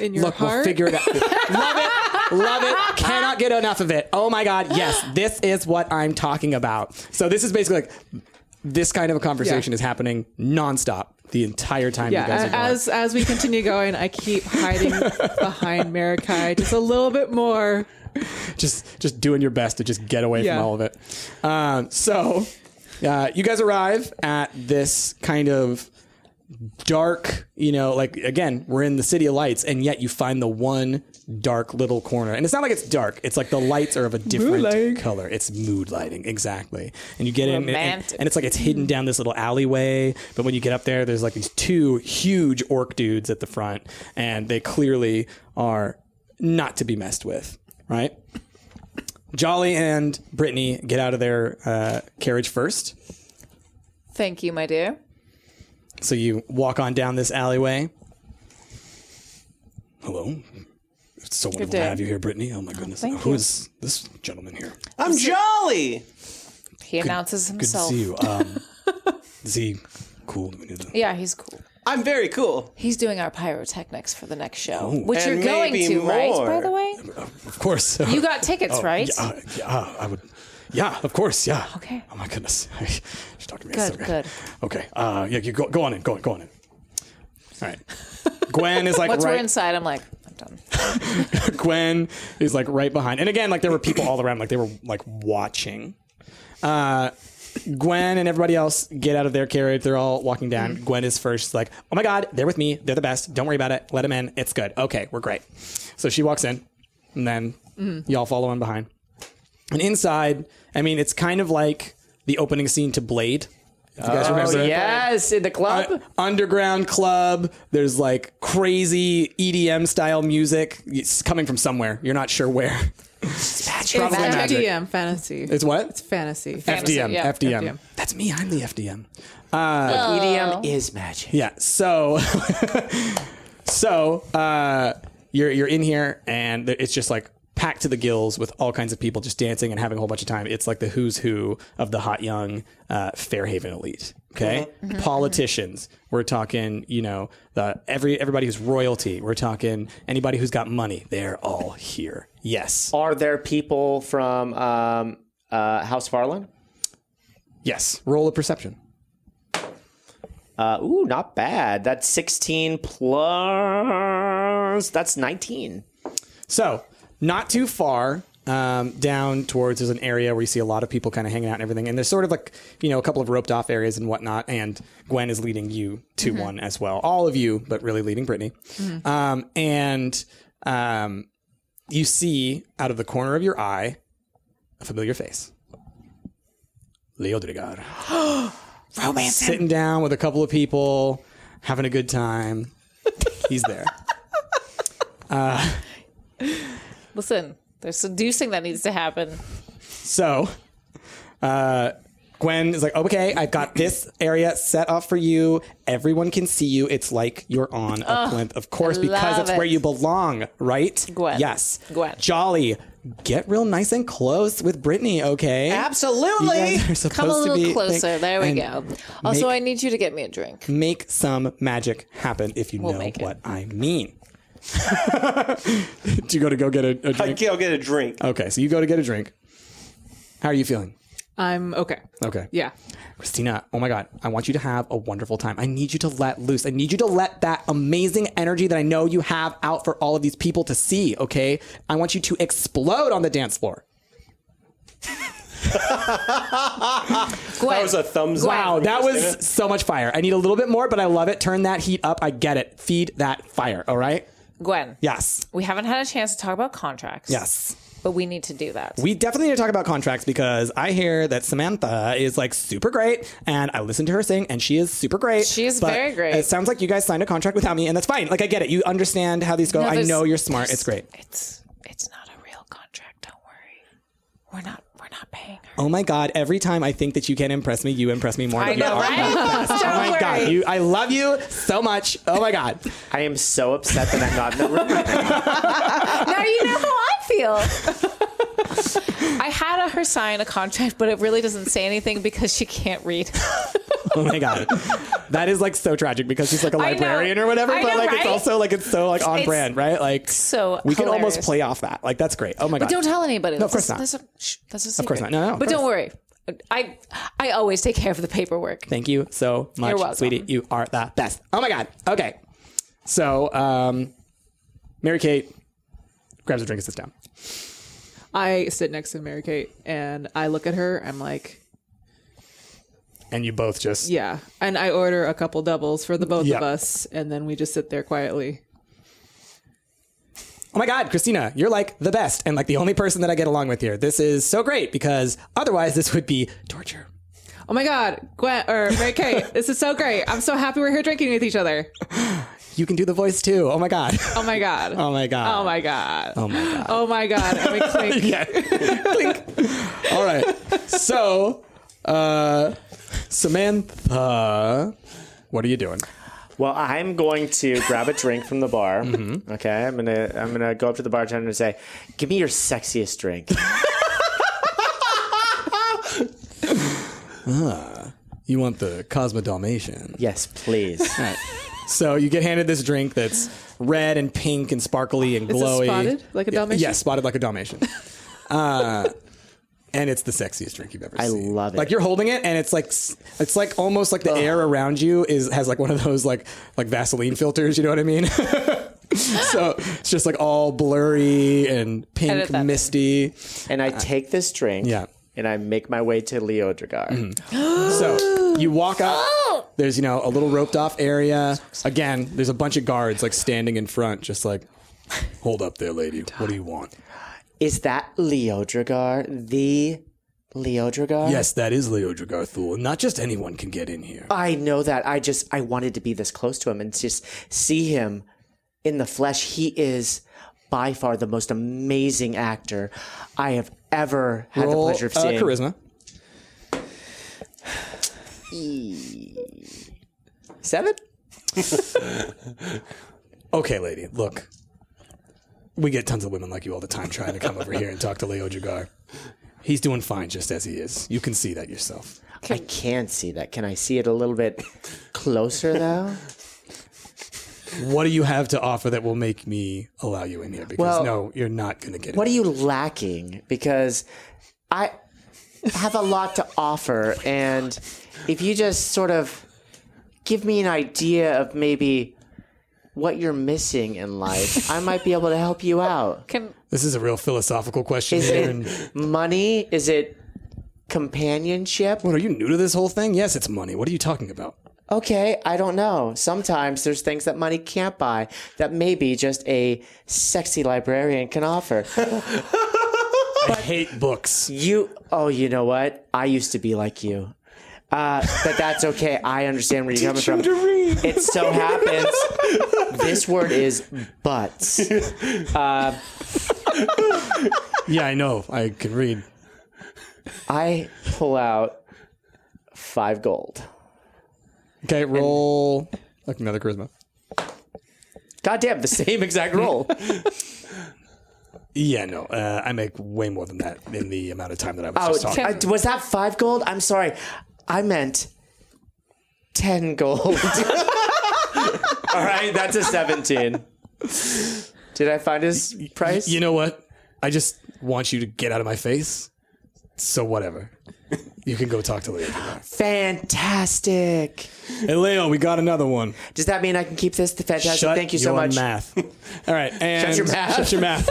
S6: In your
S2: Look,
S6: heart.
S2: we'll figure it out. love it. Love it. Cannot get enough of it. Oh my God. Yes, this is what I'm talking about. So, this is basically like this kind of a conversation
S6: Yeah.
S2: is happening nonstop the entire time you guys
S6: Yeah,
S2: are going.
S6: as as we continue going, I keep hiding behind Marikai just a little bit more.
S2: just just doing your best to just get away
S6: Yeah.
S2: from all of it. Um, so uh, you guys arrive at this kind of dark, you know, like again, we're in the city of lights, and yet you find the one dark little corner. And it's not like it's dark; it's like the lights are of a different
S6: Moonlighting.
S2: color. It's mood lighting, exactly. And you get in, and- and,
S4: Romantic.
S2: and it's like it's hidden down this little alleyway. But when you get up there, there's like these two huge orc dudes at the front, and they clearly are not to be messed with, right? Jolly and Brittany get out of their uh, carriage first.
S4: Thank you, my dear.
S2: So you walk on down this alleyway. Hello. It's so wonderful to
S4: day.
S2: have you here, Brittany. Oh my goodness.
S4: thank
S2: Who
S4: you.
S2: is this gentleman here?
S3: I'm jolly.
S4: He announces
S2: Good to
S4: himself.
S2: see you. Um, is he cool? Do we need to-
S4: Yeah, he's cool.
S3: I'm very cool.
S4: He's doing our pyrotechnics for the next show, which
S3: And
S4: you're going
S3: maybe
S4: to, right?
S3: more.
S4: By the way,
S2: Of course.
S4: you got tickets, right?
S2: Yeah, uh, yeah, uh, I would. Yeah, of course. Yeah.
S4: Okay.
S2: Oh my goodness. She's talking to me.
S4: Good,
S2: It's so
S4: good.
S2: Okay. Uh, yeah, you go, go on in. Go on. Go on in. All right. Gwen is like
S4: Once
S2: right.
S4: we're inside, I'm like, I'm done.
S2: Gwen is like right behind. And again, like there were people all around, like they were like watching. Uh, Gwen and everybody else get out of their carriage. They're all walking down. Gwen is first. She's like, oh my God, they're with me. They're the best. Don't worry about it. Let them in. It's good. Okay, we're great. So she walks in, and then y'all follow in behind. And inside, I mean, it's kind of like the opening scene to Blade. If you guys remember.
S7: yes, in the club.
S2: Un- underground club. There's like crazy EDM style music. It's coming from somewhere. You're not sure where. It's probably
S6: It's
S2: magic.
S6: FDM fantasy.
S2: It's what?
S6: It's fantasy.
S2: FDM,
S4: yeah.
S2: FDM.
S6: FDM.
S2: That's me. I'm the FDM.
S5: EDM E is magic.
S2: Yeah. So, so uh, you're you're in here, and th- it's just like packed to the gills with all kinds of people just dancing and having a whole bunch of time. It's like the who's who of the hot young uh, Fairhaven elite. Okay, politicians. We're talking, you know, the every everybody who's royalty. We're talking anybody who's got money. They're all here. Yes.
S5: Are there people from um, uh, House Farland?
S2: Yes. Roll a perception.
S5: Uh, ooh, not bad. That's 16 plus. That's 19.
S2: So, not too far um, down towards there's an area where you see a lot of people kind of hanging out and everything. And there's sort of like, you know, a couple of roped off areas and whatnot. And Gwen is leading you to one as well. All of you, but really leading Brittany. Um, and um, you see out of the corner of your eye a familiar face Leodrigar. Romance. Sitting down with a couple of people, having a good time. He's there.
S4: Listen, there's seducing that needs to happen.
S2: So, uh, Gwen is like, okay, I've got this area set off for you. Everyone can see you. It's like you're on a plinth, of course, because
S4: love
S2: that's where
S4: it.
S2: you belong, right?
S4: Gwen.
S2: Yes.
S4: Gwen.
S2: Jolly. Get real nice and close with Brittany, okay?
S5: Absolutely.
S2: You guys are supposed
S4: Come a little
S2: to be
S4: closer.
S2: like-
S4: there we
S2: and
S4: go. Also,
S2: make-
S4: I need you to get me a drink.
S2: Make some magic happen if you
S4: We'll
S2: know
S4: make it.
S2: what I mean. Do you go to go get a, a
S3: I
S2: drink?
S3: will get a drink.
S2: Okay, so you go to get a drink. How are you feeling?
S6: I'm okay.
S2: Okay.
S6: Yeah.
S2: Christina, oh my God, I want you to have a wonderful time. I need you to let loose. I need you to let that amazing energy that I know you have out for all of these people to see, okay? I want you to explode on the dance floor.
S4: Gwen,
S3: That was a thumbs
S4: Wow,
S3: up.
S2: That was so much fire. I need a little bit more, but I love it. Turn that heat up. I get it. Feed that fire, all right?
S4: Gwen.
S2: Yes.
S4: We haven't had a chance to talk about contracts.
S2: Yes.
S4: But we need to do that.
S2: We definitely need to talk about contracts because I hear that Samantha is like super great, and I listened to her sing, and she is super great.
S4: She is
S2: but
S4: very great.
S2: It sounds like you guys signed a contract without me, and that's fine. Like I get it. You understand how these go.
S4: No,
S2: I
S4: there's-
S2: know you're smart. It's great.
S4: it's it's not a real contract, don't worry. We're not we're not paying her.
S2: Oh my god! Every time I think that you can impress me, you impress me more.
S4: I
S2: You
S4: know,
S2: are
S4: right?
S2: the best.
S4: Don't
S2: oh my
S4: worry.
S2: god! You, I love you so much. Oh my god!
S5: I am so upset that I'm not in the room. right now.
S4: now you know how I feel. I had her sign a contract, but it really doesn't say anything because she can't read.
S2: Oh my god! That is like so tragic because she's like a
S4: I know.
S2: librarian or whatever,
S4: I
S2: but
S4: know,
S2: like it's
S4: right?
S2: also like it's so like on
S4: It's
S2: brand, right? Like
S4: so
S2: we can almost
S4: hilarious.
S2: play off that. Like that's great. Oh my god!
S4: Don't tell anybody.
S2: No, of course
S4: That's-
S2: not.
S4: That's a, shh, that's a secret.
S2: course not. No, no, of
S4: But don't worry. I I always take care of the paperwork.
S2: Thank you so much,
S4: You're welcome.
S2: sweetie. You are the best. Oh my god. Okay. So, um, Mary Kate grabs a drink and sits down.
S6: I sit next to Mary Kate and I look at her. I'm like,
S2: And you both just
S6: yeah. And I order a couple doubles for the both
S2: Yeah.
S6: of us. And then we just sit there quietly.
S2: Oh my god, Christina, you're like the best and like the only person that I get along with here. This is so great because otherwise this would be torture.
S6: Oh my God, Gwen or Mary Kate, this is so great. I'm so happy we're here drinking with each other.
S2: You can do the voice too. Oh my god.
S6: Oh my God.
S2: Oh my god.
S6: Oh my God.
S2: Oh my god.
S6: Oh my God. And we clink.
S2: Yeah. Clink. All right. So, uh Samantha, what are you doing?
S5: Well, I'm going to grab a drink from the bar.
S2: Mm-hmm.
S5: Okay, I'm gonna I'm gonna go up to the bartender and say, "Give me your sexiest drink."
S2: You want the Cosmo Dalmatian.
S5: yes, please.
S2: So you get handed this drink that's red and pink and sparkly and
S6: Is it
S2: glowy.
S6: spotted like a
S2: Yeah,
S6: Dalmatian?
S2: Yes, spotted like a Dalmatian. uh, and it's the sexiest drink you've ever
S5: I
S2: seen.
S5: love it.
S2: Like you're holding it, and it's like s- it's like almost like the air around you is has like one of those like like Vaseline filters. You know what I mean? so it's just like all blurry and
S4: Edit
S2: pink,
S4: that.
S2: misty.
S5: and I take this drink.
S2: Yeah.
S5: And I make my way to Leo Dragar.
S2: So you walk up. There's you know a little roped off area. Again, there's a bunch of guards like standing in front, just like, hold up there, lady. What do you want?
S5: Is that Leo Dragar the Leodragar?
S1: Yes, that is Leodra Garthul. Not just anyone can get in here.
S5: I know that. I just I wanted to be this close to him and just see him in the flesh. He is by far the most amazing actor I have ever had
S1: Roll,
S5: the pleasure of
S1: uh,
S5: seeing.
S1: charisma.
S5: Seven?
S1: Okay, lady, look. We get tons of women like you all the time trying to come over here and talk to Leo Jagar. He's doing fine just as he is. You can see that yourself.
S5: I can see that. Can I see it a little bit closer though?
S1: What do you have to offer that will make me allow you in here? Because
S5: Well,
S1: no, you're not going to get
S5: What
S1: in.
S5: are you lacking? Because I have a lot to offer, and if you just sort of give me an idea of maybe what you're missing in life, I might be able to help you out.
S4: Can
S1: This is a real philosophical question
S5: Is
S1: here. And
S5: it money? Is it companionship?
S1: what are you new to this whole thing? Yes, it's money. What are you talking about?
S5: Okay, I don't know. Sometimes there's things that money can't buy that maybe just a sexy librarian can offer.
S1: I hate books.
S5: You, oh, you know what? I used to be like you. Uh, but that's okay. I understand where you're coming from. It so happens this word is butts.
S1: Yeah, I know. I can read.
S5: I pull out five gold.
S1: Okay, roll like another charisma.
S5: Goddamn, the same exact roll.
S1: Yeah, no, uh, I make way more than that in the amount of time that I was
S5: Oh,
S1: just talking.
S5: uh, was that five gold? I'm sorry. I meant ten gold. All right, that's a seventeen. Did I find his price?
S1: You know what? I just want you to get out of my face. So whatever. You can go talk to Leo.
S5: Fantastic.
S1: hey, Leo, we got another one.
S5: Does that mean I can keep this? Fantastic.
S1: Shut
S5: Thank you so
S1: your
S5: much.
S1: math. All right, and
S5: your math.
S1: Shut your math.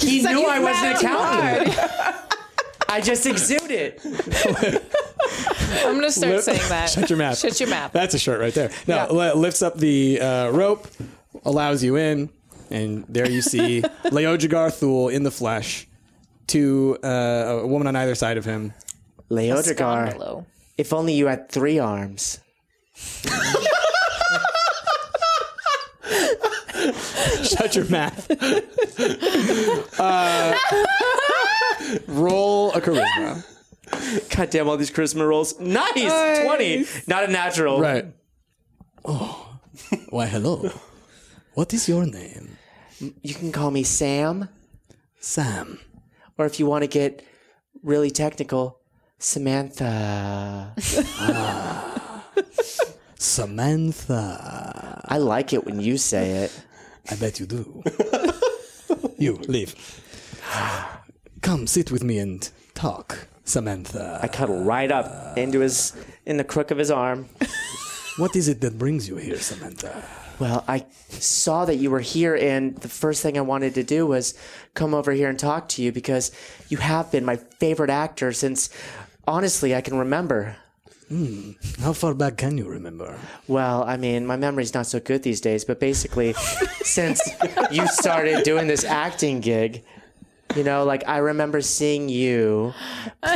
S5: He knew I was an
S4: mad
S5: accountant. I just exude it.
S4: I'm gonna start
S1: Lip-
S4: saying that.
S1: Shut your mouth.
S4: Shut your mouth.
S1: That's a shirt right there. Now li- lifts up the uh, rope, allows you in, and there you see Leojagar Thul in the flesh, to uh, a woman on either side of him.
S5: Leodragar,
S4: Scandalo.
S5: if only you had three arms.
S1: Shut your math. uh, roll a charisma.
S5: Goddamn, all these charisma rolls. Nice! 20. Not a natural.
S1: Right. Oh, why hello. What is your name?
S5: You can call me Sam,
S1: Sam.
S5: or if you want to get really technical, Samantha.
S1: Samantha.
S5: I like it when you say it.
S1: I bet you do. you leave. Come sit with me and talk, Samantha.
S5: I cuddle right up into his, in the crook of his arm.
S1: What is it that brings you here, Samantha?
S5: Well, I saw that you were here, and the first thing I wanted to do was come over here and talk to you because you have been my favorite actor since, honestly, I can remember.
S1: How far back can you remember?
S5: Well, I mean, my memory's not so good these days, but basically, since you started doing this acting gig, you know, like I remember seeing you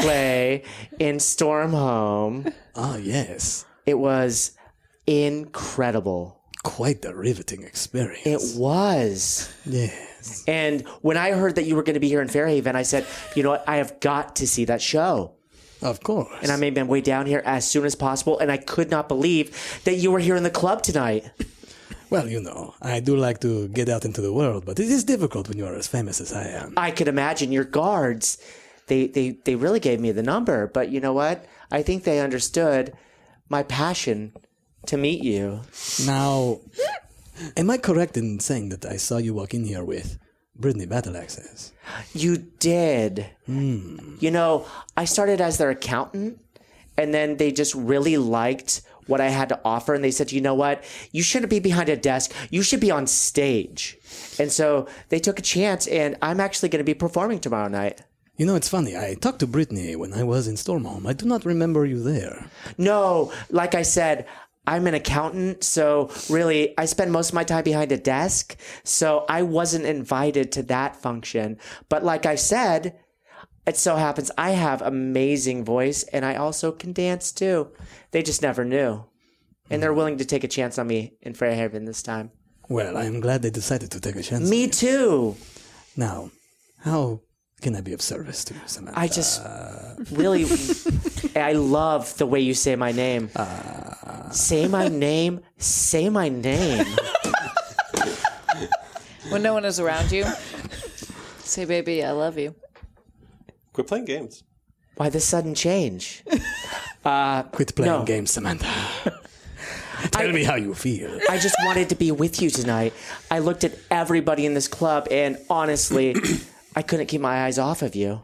S5: play in Stormhome.
S1: Ah, yes.
S5: It was incredible.
S1: Quite a riveting experience.
S5: It was.
S1: yes.
S5: And when I heard that you were going to be here in Fairhaven, I said, you know what? I have got to see that show.
S1: Of course.
S5: And I made my way down here as soon as possible. And I could not believe that you were here in the club tonight.
S1: well, you know, I do like to get out into the world, but it is difficult when you are as famous as I am.
S5: I could imagine your guards, they, they, they really gave me the number. But you know what? I think they understood my passion to meet you.
S1: Now, am I correct in saying that I saw you walk in here with Brittany Battle Access?
S5: You did. You know, I started as their accountant, and then they just really liked what I had to offer. And they said, you know what? You shouldn't be behind a desk. You should be on stage. And so they took a chance, and I'm actually going to be performing tomorrow night.
S1: You know, it's funny. I talked to Brittany when I was in Stormholm. I do not remember you there.
S5: No, like I said, I'm an accountant, so really, I spend most of my time behind a desk, so I wasn't invited to that function. But like I said, it so happens I have amazing voice and I also can dance too. They just never knew. And they're willing to take a chance on me in Fairhaven this time.
S1: Well, I am glad they decided to take a chance.
S5: Me too.
S1: Now, how can I be of service to you, Samantha?
S5: I just really, I love the way you say my name. say my name. Say my name.
S4: When no one is around you, say, baby, I love you.
S3: Quit playing games.
S5: Why the sudden change?
S1: quit playing
S5: no.
S1: games, Samantha. Tell me how you feel.
S5: I just wanted to be with you tonight. I looked at everybody in this club, and honestly, I couldn't keep my eyes off of you.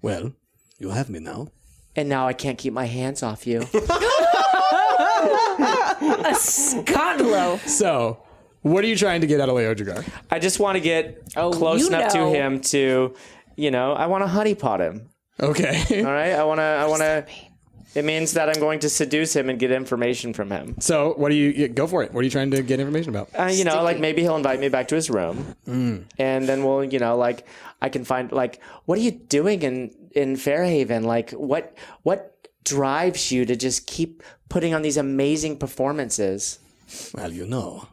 S1: Well, you have me now.
S5: And now I can't keep my hands off you.
S4: Scotlow.
S1: So, what are you trying to get out of Leodragar?
S5: I just want to get close
S4: Oh, you
S5: enough
S4: know.
S5: to him to, you know, I want to honeypot him.
S1: Okay.
S5: All right, I want to. I want to. It means that I'm going to seduce him and get information from him.
S1: So, what do you yeah, go for it? What are you trying to get information about?
S5: Uh, you know, like maybe he'll invite me back to his room, and then we'll, you know, like I can find like what are you doing in in Fairhaven? Like what what drives you to just keep putting on these amazing performances?
S1: Well, you know,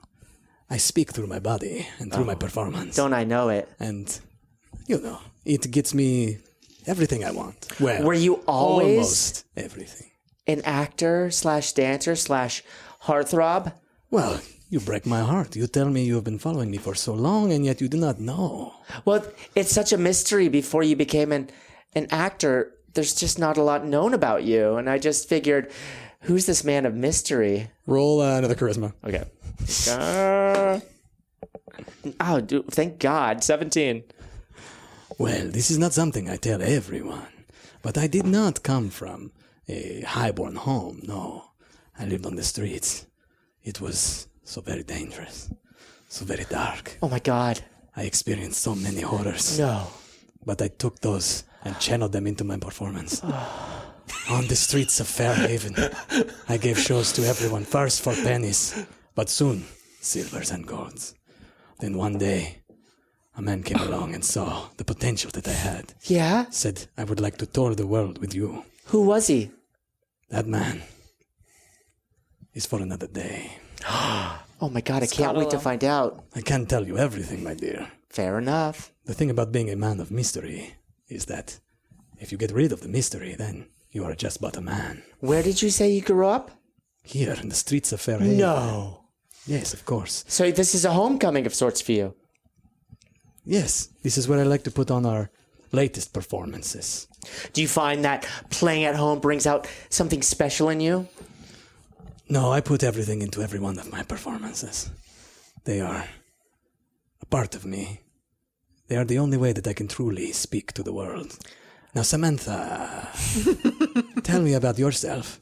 S1: I speak through my body and through my performance.
S5: Oh. Don't I know it?
S1: and you know, it gets me everything I want. Well,
S5: Were you always-
S1: almost everything?
S5: An actor slash dancer slash heartthrob.
S1: Well, you break my heart. You tell me you have been following me for so long, and yet you do not know.
S5: Well, it's such a mystery. Before you became an an actor, there's just not a lot known about you, and I just figured, who's this man of mystery?
S1: Roll uh, another charisma.
S5: Okay. Uh, oh, dude, thank God. 17.
S1: Well, this is not something I tell everyone, but I did not come from a highborn home. No, I lived on the streets. It was so very dangerous, so very dark.
S5: Oh, my God.
S1: I experienced so many horrors.
S5: No.
S1: but I took those and channeled them into my performance. On the streets of Fairhaven, I gave shows to everyone, first for pennies, but soon silvers and golds. Then one day, a man came along and saw the potential that I had.
S5: Yeah?
S1: Said, I would like to tour the world with you.
S5: Who was he?
S1: That man is for another day.
S5: Oh, my God. I can't wait to find out.
S1: I can't tell you everything, my dear.
S5: Fair enough.
S1: The thing about being a man of mystery is that if you get rid of the mystery, then you are just but a man.
S5: Where did you say you grew up?
S1: Here in the streets of Fairhaven.
S5: No.
S1: Yes, of course.
S5: So this is a homecoming of sorts for you.
S1: Yes, this is where I like to put on our latest performances.
S5: Do you find that playing at home brings out something special in you?
S1: No, I put everything into every one of my performances. They are a part of me. They are the only way that I can truly speak to the world. Now, Samantha, tell me about yourself.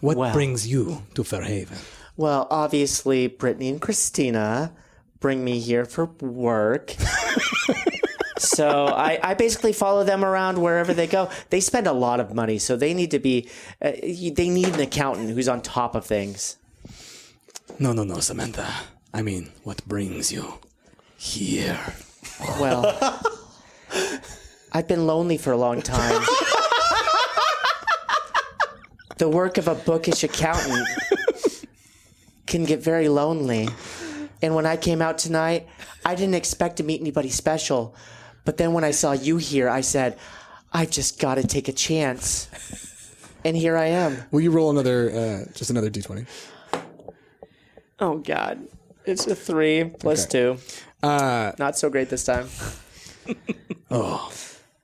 S1: What
S5: Well.
S1: brings you to Fairhaven?
S5: Well, obviously, Brittany and Christina bring me here for work. so I, I basically follow them around wherever they go. They spend a lot of money, so they need to be, uh, y- they need an accountant who's on top of things.
S1: No, no, no, Samantha. I mean, what brings you here?
S5: Well, I've been lonely for a long time. the work of a bookish accountant can get very lonely. And when I came out tonight, I didn't expect to meet anybody special. But then when I saw you here, I said, I've just got to take a chance. And here I am.
S1: Will you roll another, uh, just another d20?
S5: Oh, God. It's a three plus two. Not so great this time.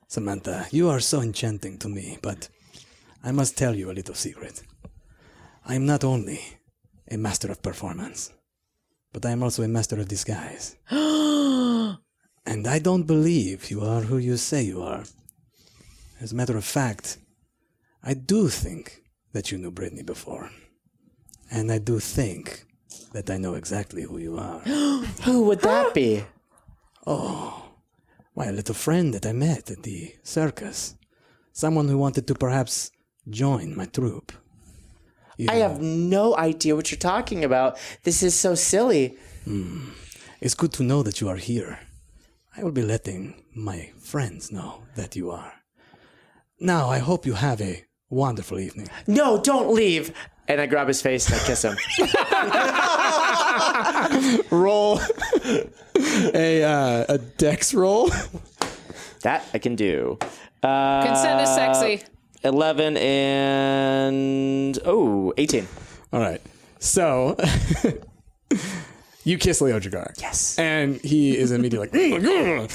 S1: Samantha, you are so enchanting to me, but I must tell you a little secret. I am not only a master of performance, but I am also a master of disguise. and I don't believe you are who you say you are. As a matter of fact, I do think that you knew Brittany before. And I do think that I know exactly who you are.
S5: Who would that be?
S1: Why, a little friend that I met at the circus. Someone who wanted to perhaps join my troupe. You
S5: I
S1: know,
S5: have no idea what you're talking about. This is so silly.
S1: It's good to know that you are here. I will be letting my friends know that you are. Now, I hope you have a wonderful evening.
S5: No, don't leave. And I grab his face and I kiss him.
S1: Roll a uh, a dex roll.
S5: that I can do. Uh,
S4: Consent is sexy.
S5: 11 and. Oh, 18.
S1: All right. So you kiss Leo Jagar. Yes. And he is immediately like, "Mm,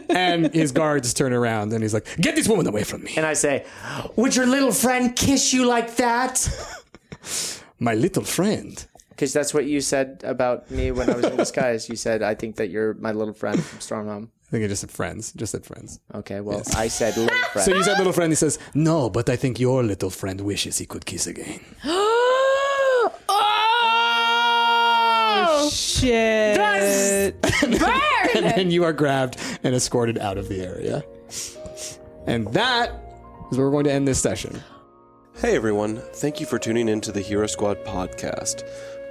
S1: yeah." and his guards turn around and he's like, get this woman away from me.
S5: And I say, Would your little friend kiss you like that?
S1: My little friend.
S5: Because that's what you said about me when I was in disguise. You said, I think that you're my little friend from Stormhome.
S1: I think I just said friends. Just said friends.
S5: Okay, well, I said little friend.
S1: So you said little friend. He says, no, but I think your little friend wishes he could kiss again.
S4: oh,
S6: Shit.
S4: burn!
S1: and you are grabbed and escorted out of the area. And that is where we're going to end this session.
S3: Hey everyone, thank you for tuning in to the Hero Squad podcast.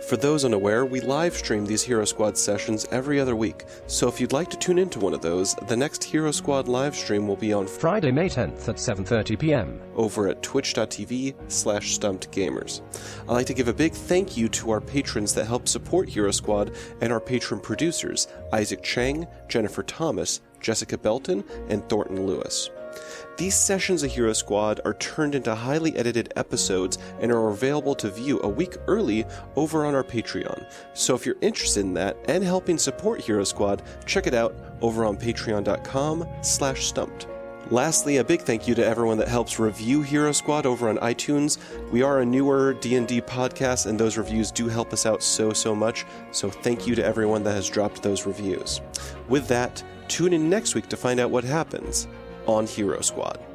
S3: For those unaware, we live stream these Hero Squad sessions every other week, so if you'd like to tune into one of those, the next Hero Squad live stream will be on Friday
S7: Friday, May 10th at 7:30 p.m.
S3: over at twitch.tv slash stumpedgamers. I'd like to give a big thank you to our patrons that help support Hero Squad and our patron producers, Isaac Chang, Jennifer Thomas, Jessica Belton, and Thornton Lewis. These sessions of Hero Squad are turned into highly edited episodes and are available to view a week early over on our Patreon. So if you're interested in that and helping support Hero Squad, check it out over on patreon.com slash stumped. Lastly, a big thank you to everyone that helps review Hero Squad over on iTunes. We are a newer D&D podcast and those reviews do help us out so so much. So thank you to everyone that has dropped those reviews. With that, tune in next week to find out what happens on Hero Squad.